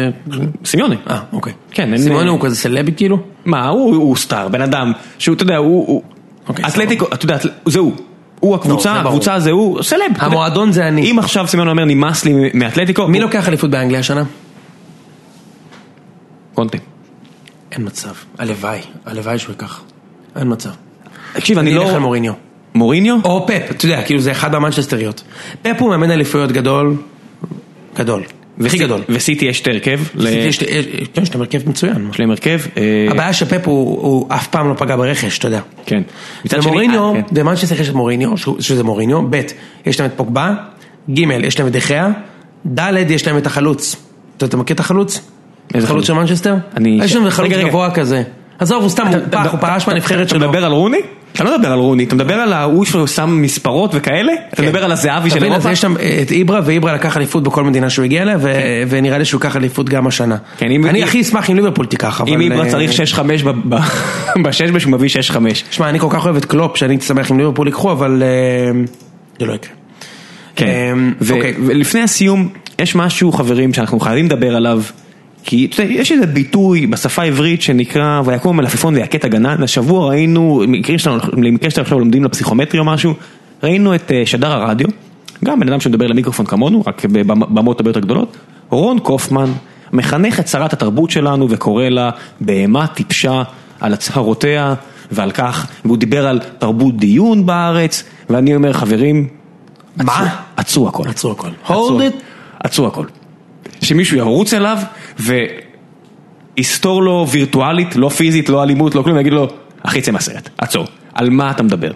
[SPEAKER 2] סימיוני.
[SPEAKER 1] אה, אוקיי.
[SPEAKER 2] כן, הם-
[SPEAKER 1] סימוני הוא כזה סלבי כאילו?
[SPEAKER 2] מה, הוא הוא סטאר, בן אדם, שהוא, אתה יודע, הוא- הוא...
[SPEAKER 1] אוקיי,
[SPEAKER 2] אתלטיקו, אתה יודע, זה הוא. הוא
[SPEAKER 1] לא,
[SPEAKER 2] הקבוצה,
[SPEAKER 1] זה ברור.
[SPEAKER 2] הקבוצה זה הוא, סלב. אתה יודע.
[SPEAKER 1] המועדון זה אני.
[SPEAKER 2] אם עכשיו סימיוני אומר נמאס לי מאתלטיקו,
[SPEAKER 1] מי
[SPEAKER 2] הוא-
[SPEAKER 1] לוקח אליפות באנגליה השנה?
[SPEAKER 2] קונטה.
[SPEAKER 1] אין מצב. הלוואי, הלוואי שהוא ייקח. אין מצב.
[SPEAKER 2] תקשיב, אני
[SPEAKER 1] אני
[SPEAKER 2] לא...
[SPEAKER 1] אלך על מוריניו.
[SPEAKER 2] מוריניו?
[SPEAKER 1] או פפ, אתה יודע, כאילו זה אחד מהמנצ'סטריות. פפ הוא מאמן אליפויות גדול, גדול. הכי
[SPEAKER 2] וסיט-
[SPEAKER 1] גדול.
[SPEAKER 2] וסיטי יש את ההרכב. ל-
[SPEAKER 1] יש לי- יש- כן, יש להם הרכב מצוין.
[SPEAKER 2] יש להם הרכב. אה,
[SPEAKER 1] הבעיה שפפ הוא הוא אף פעם לא פגע ברכש, אתה יודע.
[SPEAKER 2] כן. מצד שני-
[SPEAKER 1] ומוריניו,
[SPEAKER 2] אה, כן.
[SPEAKER 1] במנצ'סטר יש את מוריניו, שהוא- שזה מוריניו, ב', יש להם את פוגבה, ג', יש להם את דחיה, ד', יש להם את החלוץ. אתה אתה מכיר את החלוץ?
[SPEAKER 2] איזה
[SPEAKER 1] חלוץ
[SPEAKER 2] חלוץ?
[SPEAKER 1] של מנצ'סטר?
[SPEAKER 2] אני-
[SPEAKER 1] יש להם
[SPEAKER 2] רגע,
[SPEAKER 1] חלוץ
[SPEAKER 2] רגע.
[SPEAKER 1] גבוה כזה. עזוב, הוא סתם, הוא פח, הוא פרש מהנבחרת
[SPEAKER 2] אתה
[SPEAKER 1] שלו.
[SPEAKER 2] מדבר על רוני? אתה לא מדבר על רוני, אתה מדבר על ההוא ששם מספרות וכאלה? אתה מדבר על הזהבי
[SPEAKER 1] כן. אתה
[SPEAKER 2] של
[SPEAKER 1] מבין, אז
[SPEAKER 2] אירופה?
[SPEAKER 1] יש שם אה, את איברה, ואיברה לקח אליפות בכל מדינה שהוא הגיע אליה, ו- ונראה לי שהוא ייקח אליפות גם השנה.
[SPEAKER 2] כן, אם-
[SPEAKER 1] אני
[SPEAKER 2] אם-
[SPEAKER 1] הכי אשמח אם ליברפול תיקח, אבל...
[SPEAKER 2] אם איברה
[SPEAKER 1] אה,
[SPEAKER 2] צריך 6-5 ב- ב- בשש בשביל מביא 6-5.
[SPEAKER 1] שמע, אני כל כך אוהב את קלופ, שאני הייתי שמח אם ליברפול ייקחו, אבל... אה, זה לא יקרה.
[SPEAKER 2] כן,
[SPEAKER 1] אמ,
[SPEAKER 2] ו-
[SPEAKER 1] אוקיי.
[SPEAKER 2] ולפני הסיום, יש משהו חברים שאנחנו חייבים לדבר עליו, כי אתה יודע, יש איזה ביטוי בשפה העברית שנקרא ויקום מלפפון ויכת הגנן, השבוע ראינו, מקרים שלנו, למקרה שאתם עכשיו לומדים לפסיכומטרי או משהו, ראינו את אה, שדר הרדיו, גם בן אדם שמדבר למיקרופון כמונו, רק בבמות הרבה יותר גדולות, רון קופמן מחנך את שרת התרבות שלנו וקורא לה בהמה טיפשה על הצהרותיה ועל כך, והוא דיבר על תרבות דיון בארץ, ואני אומר חברים,
[SPEAKER 1] מה?
[SPEAKER 2] עצרו הכל.
[SPEAKER 1] עצרו הכל.
[SPEAKER 2] עצרו-
[SPEAKER 1] Hold it.
[SPEAKER 2] עצרו הכל. שמישהו ירוץ אליו ויסתור לו וירטואלית, לא פיזית, לא אלימות, לא כלום, ויגיד לו, אחי צא מהסרט, עצור. על מה אתה מדבר.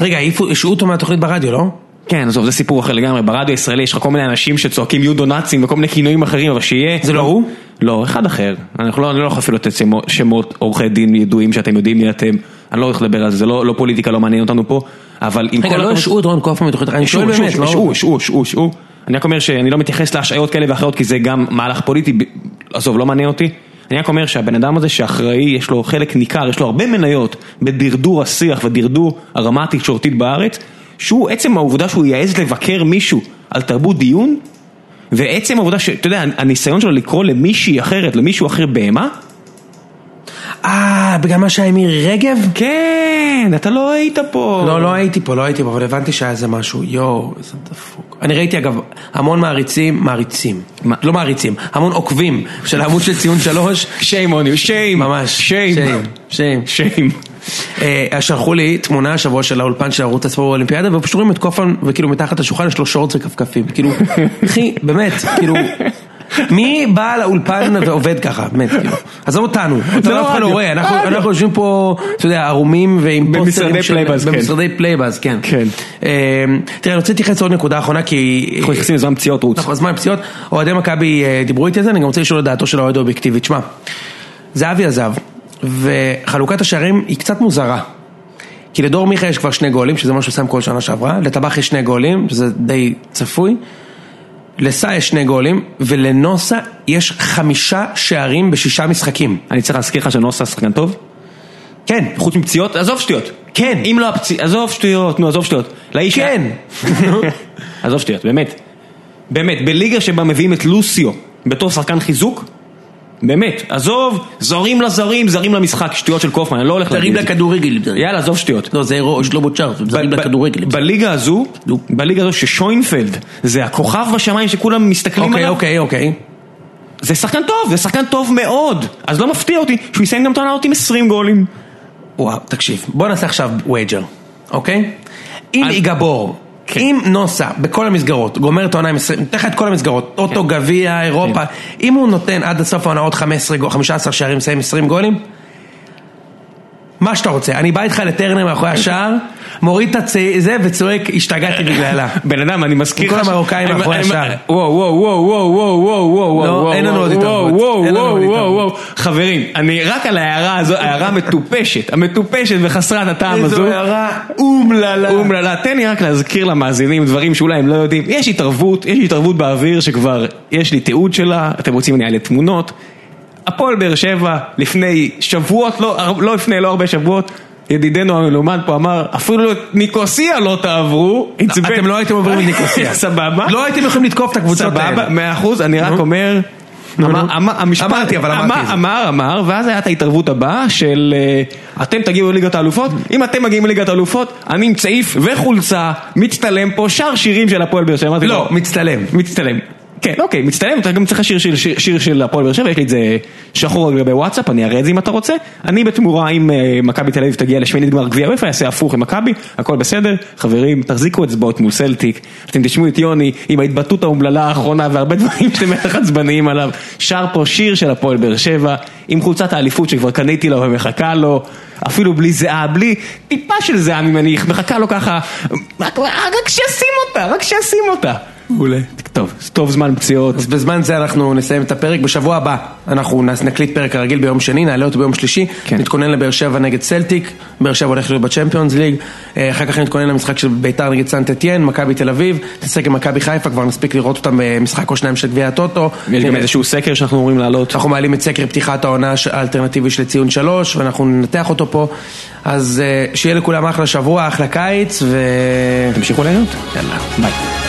[SPEAKER 1] רגע, העיפו- השעו אותו מהתוכנית ברדיו, לא?
[SPEAKER 2] כן, עזוב, זה סיפור אחר לגמרי. ברדיו הישראלי יש לך כל מיני אנשים שצועקים יודו נאצים וכל מיני כינויים אחרים, אבל שיהיה...
[SPEAKER 1] זה לא הוא?
[SPEAKER 2] לא, אחד אחר. אנחנו לא, אני לא יכול אפילו לתת שמות, שמות עורכי דין ידועים שאתם יודעים מי אתם. אני לא הולך לדבר על זה, זה לא, לא פוליטיקה, לא מעניין אותנו פה. אבל עם
[SPEAKER 1] רגע,
[SPEAKER 2] כל
[SPEAKER 1] לא
[SPEAKER 2] הכבוד-
[SPEAKER 1] השעו את רון קופמן מתוכנית הרדיו, אני
[SPEAKER 2] השעו,
[SPEAKER 1] שואל
[SPEAKER 2] השעו,
[SPEAKER 1] באמת,
[SPEAKER 2] השעו,
[SPEAKER 1] לא?
[SPEAKER 2] השעו, השעו, השעו. אוקיי. אני רק אומר שאני לא מתייחס להשעיות כאלה ואחרות, כי זה גם מהלך פוליטי, ב- עזוב, לא מעניין אותי. אני רק אומר שהבן אדם הזה שאחראי, יש לו חלק ניכר, יש לו הרבה מניות בדרדור השיח ודרדור הרמה התקשורתית בארץ, שהוא עצם העובדה שהוא יעז לבקר מישהו על תרבות דיון, ועצם העובדה ש... אתה יודע, הניסיון שלו לקרוא למישהי אחרת, למישהו אחר בהמה,
[SPEAKER 1] אה, בגלל מה שהיה עם מירי רגב?
[SPEAKER 2] כן, אתה לא היית פה.
[SPEAKER 1] לא, לא הייתי פה, לא הייתי פה, אבל הבנתי שהיה איזה משהו, יואו, איזה דפוק. אני ראיתי אגב המון מעריצים, מעריצים,
[SPEAKER 2] מה?
[SPEAKER 1] לא מעריצים, המון עוקבים של העמוד של ציון שלוש,
[SPEAKER 2] שיים אוניו, שיים.
[SPEAKER 1] ממש,
[SPEAKER 2] שיים.
[SPEAKER 1] שיים, שיים.
[SPEAKER 2] שיים.
[SPEAKER 1] אה, שלחו לי תמונה השבוע של האולפן של ערוץ הספורט באולימפיאדה, ופשוט רואים את קופן, וכאילו מתחת לשולחן יש לו שורטס וכפכפים, כאילו, אחי, באמת, כאילו, מי בא לאולפן ועובד ככה, באמת, כאילו, עזוב אותנו, אותנו
[SPEAKER 2] לא
[SPEAKER 1] אף אחד לא
[SPEAKER 2] רדיו.
[SPEAKER 1] רואה, אנחנו-
[SPEAKER 2] רדיו.
[SPEAKER 1] אנחנו יושבים פה, אתה יודע, ערומים ועם
[SPEAKER 2] במשרדי
[SPEAKER 1] פוסטרים של-
[SPEAKER 2] פלייבאז, כן.
[SPEAKER 1] במשרדי פלייבאז, כן.
[SPEAKER 2] כן.
[SPEAKER 1] אה, תראה, אני רוצה להתייחס לעוד נקודה אחרונה, כי...
[SPEAKER 2] אנחנו נכנסים לזמן פציעות רוץ.
[SPEAKER 1] נכון, זמן פציעות. אוהדי מכבי אה, דיברו איתי על זה, אני גם רוצה לשאול את דעתו של האוהד האובייקטיבי. תשמע, זהבי עזב, וחלוקת השערים היא קצת מוזרה. כי לדור מיכה יש כבר שני גולים, שזה מה שהוא שם כל שנה שעברה, לטבח יש שני גולים, שזה די צפוי, לסע יש שני גולים, ולנוסה יש חמישה שערים בשישה משחקים.
[SPEAKER 2] אני צריך להזכיר לך שנוסה שחקן טוב?
[SPEAKER 1] כן,
[SPEAKER 2] חוץ מפציעות? עזוב שטויות.
[SPEAKER 1] כן.
[SPEAKER 2] אם לא הפציעות, עזוב שטויות, נו עזוב שטויות. לאיש...
[SPEAKER 1] כן.
[SPEAKER 2] עזוב שטויות, באמת. באמת, בליגה שבה מביאים את לוסיו בתור שחקן חיזוק, באמת, עזוב, זרים לזרים, זרים למשחק, שטויות של קופמן, אני לא הולך
[SPEAKER 1] זרים
[SPEAKER 2] להגיד את זה.
[SPEAKER 1] לכדורגל.
[SPEAKER 2] יאללה, עזוב שטויות.
[SPEAKER 1] לא, זה אירו- שלמה צ'ארף, הם זרים
[SPEAKER 2] ב- ב-
[SPEAKER 1] לכדורגל.
[SPEAKER 2] בליגה הזו, בליגה הזו ששוינפלד זה הכוכב בשמיים שכולם מסתכלים
[SPEAKER 1] אוקיי,
[SPEAKER 2] עליו,
[SPEAKER 1] אוקיי, אוקיי.
[SPEAKER 2] זה שחקן טוב, זה שחקן טוב מאוד, אז לא מפתיע אותי שהוא יסיים גם את העונה הזאת עם 20 גולים.
[SPEAKER 1] וואו, תקשיב, בוא נעשה עכשיו וייג'ר, אוקיי? אם
[SPEAKER 2] אז-
[SPEAKER 1] איגבור,
[SPEAKER 2] כן.
[SPEAKER 1] אם נוסה, בכל המסגרות, גומר את העונה עם 20, תן לך את כל המסגרות, אוטו, גביע, אירופה, אם הוא נותן עד לסוף העונה עוד 15 גו- 15 שערים, מסיים 20 גולים, מה שאתה רוצה, אני בא איתך לטרנר מאחורי השער, מוריד את הצי- זה וצועק, השתגעתי בגללה.
[SPEAKER 2] בן אדם, אני מזכיר
[SPEAKER 1] עם כל
[SPEAKER 2] ש-
[SPEAKER 1] המרוקאים
[SPEAKER 2] אני-
[SPEAKER 1] מאחורי
[SPEAKER 2] אני-
[SPEAKER 1] השער.
[SPEAKER 2] וואו, וואו, וואו, וואו, וואו, וואו, וואו,
[SPEAKER 1] לא,
[SPEAKER 2] וואו,
[SPEAKER 1] אין לנו
[SPEAKER 2] וואו,
[SPEAKER 1] עוד התערבות.
[SPEAKER 2] וואו,
[SPEAKER 1] אין לנו
[SPEAKER 2] וואו,
[SPEAKER 1] עוד
[SPEAKER 2] וואו,
[SPEAKER 1] התערבות.
[SPEAKER 2] וואו. חברים, אני רק על ההערה הזו, ההערה המטופשת, המטופשת וחסרת הטעם
[SPEAKER 1] איזו
[SPEAKER 2] הזו.
[SPEAKER 1] הערה
[SPEAKER 2] אומללה. אומללה. תן לי רק להזכיר למאזינים דברים שאולי הם לא יודעים. יש התערבות, יש התערבות באוויר שכבר יש לי תיעוד שלה, אתם רוצים אני אעלה תמונות. הפועל באר שבע לפני שבועות, לא, הר- לא לפני לא הרבה שבועות, ידידנו המלומד פה אמר, אפילו את ניקוסיה לא תעברו. עצבן."
[SPEAKER 1] אתם לא הייתם עוברים את ניקוסיה.
[SPEAKER 2] סבבה.
[SPEAKER 1] לא הייתם יכולים לתקוף את הקבוצות האלה.
[SPEAKER 2] סבבה, מאה אחוז, אני רק
[SPEAKER 1] נו.
[SPEAKER 2] אומר...
[SPEAKER 1] נו,
[SPEAKER 2] אמר-
[SPEAKER 1] נו.
[SPEAKER 2] אמר- המשפט-
[SPEAKER 1] אמרתי, אבל אמרתי
[SPEAKER 2] אמר-
[SPEAKER 1] את זה.
[SPEAKER 2] אמר, אמר, ואז הייתה את ההתערבות הבאה של אה, אתם תגיעו לליגת האלופות, אם אתם מגיעים לליגת האלופות, אני עם צעיף וחולצה, מצטלם פה, שר שירים של הפועל באר שבע. אמרתי
[SPEAKER 1] לא,
[SPEAKER 2] לו,
[SPEAKER 1] מצטלם.
[SPEAKER 2] מצטלם. כן, אוקיי, מצטלם, אתה גם צריך שיר, של- שיר, שיר של הפועל באר שבע, יש לי את זה שחור על גבי וואטסאפ, אני אראה את זה אם אתה רוצה. אני בתמורה, אם אה, מכבי תל אביב תגיע לשמינית גמר גביע ופא, אעשה הפוך עם מכבי, הכל בסדר. חברים, תחזיקו אצבעות מול סלטיק, אתם תשמעו את יוני עם ההתבטאות האומללה האחרונה והרבה דברים שאתם בטח עצבניים עליו. שר פה שיר של הפועל באר שבע, עם חולצת האליפות שכבר קניתי לו ומחכה לו, אפילו בלי זיעה, בלי טיפה של זיעה ממני, מחכה לו ככה, רק רק שישים אותה, רק שישים אותה. מעולה. טוב, טוב זמן פציעות.
[SPEAKER 1] אז בזמן זה אנחנו נסיים את הפרק. בשבוע הבא אנחנו נס- נקליט פרק כרגיל ביום שני, נעלה אותו ביום שלישי.
[SPEAKER 2] כן.
[SPEAKER 1] נתכונן לבאר שבע נגד סלטיק, באר שבע הולכת להיות בצ'מפיונס ליג. אה, אחר כך נתכונן למשחק של ביתר נגד סן טטיאן, מכבי תל אביב, תשחק עם מכבי חיפה, כבר נספיק לראות אותם במשחק או שניים של גביע הטוטו.
[SPEAKER 2] יש גם
[SPEAKER 1] נראה-
[SPEAKER 2] איזשהו סקר שאנחנו אמורים לעלות.
[SPEAKER 1] אנחנו מעלים את סקר פתיחת העונה הש- האלטרנטיבי של ציון שלוש, ואנחנו ננתח אותו פה. אז אה, שיהיה לכולם אחלה שבוע, אחלה קיץ, ו...
[SPEAKER 2] תמשיכו ליהנות.
[SPEAKER 1] יאללה.
[SPEAKER 2] ביי.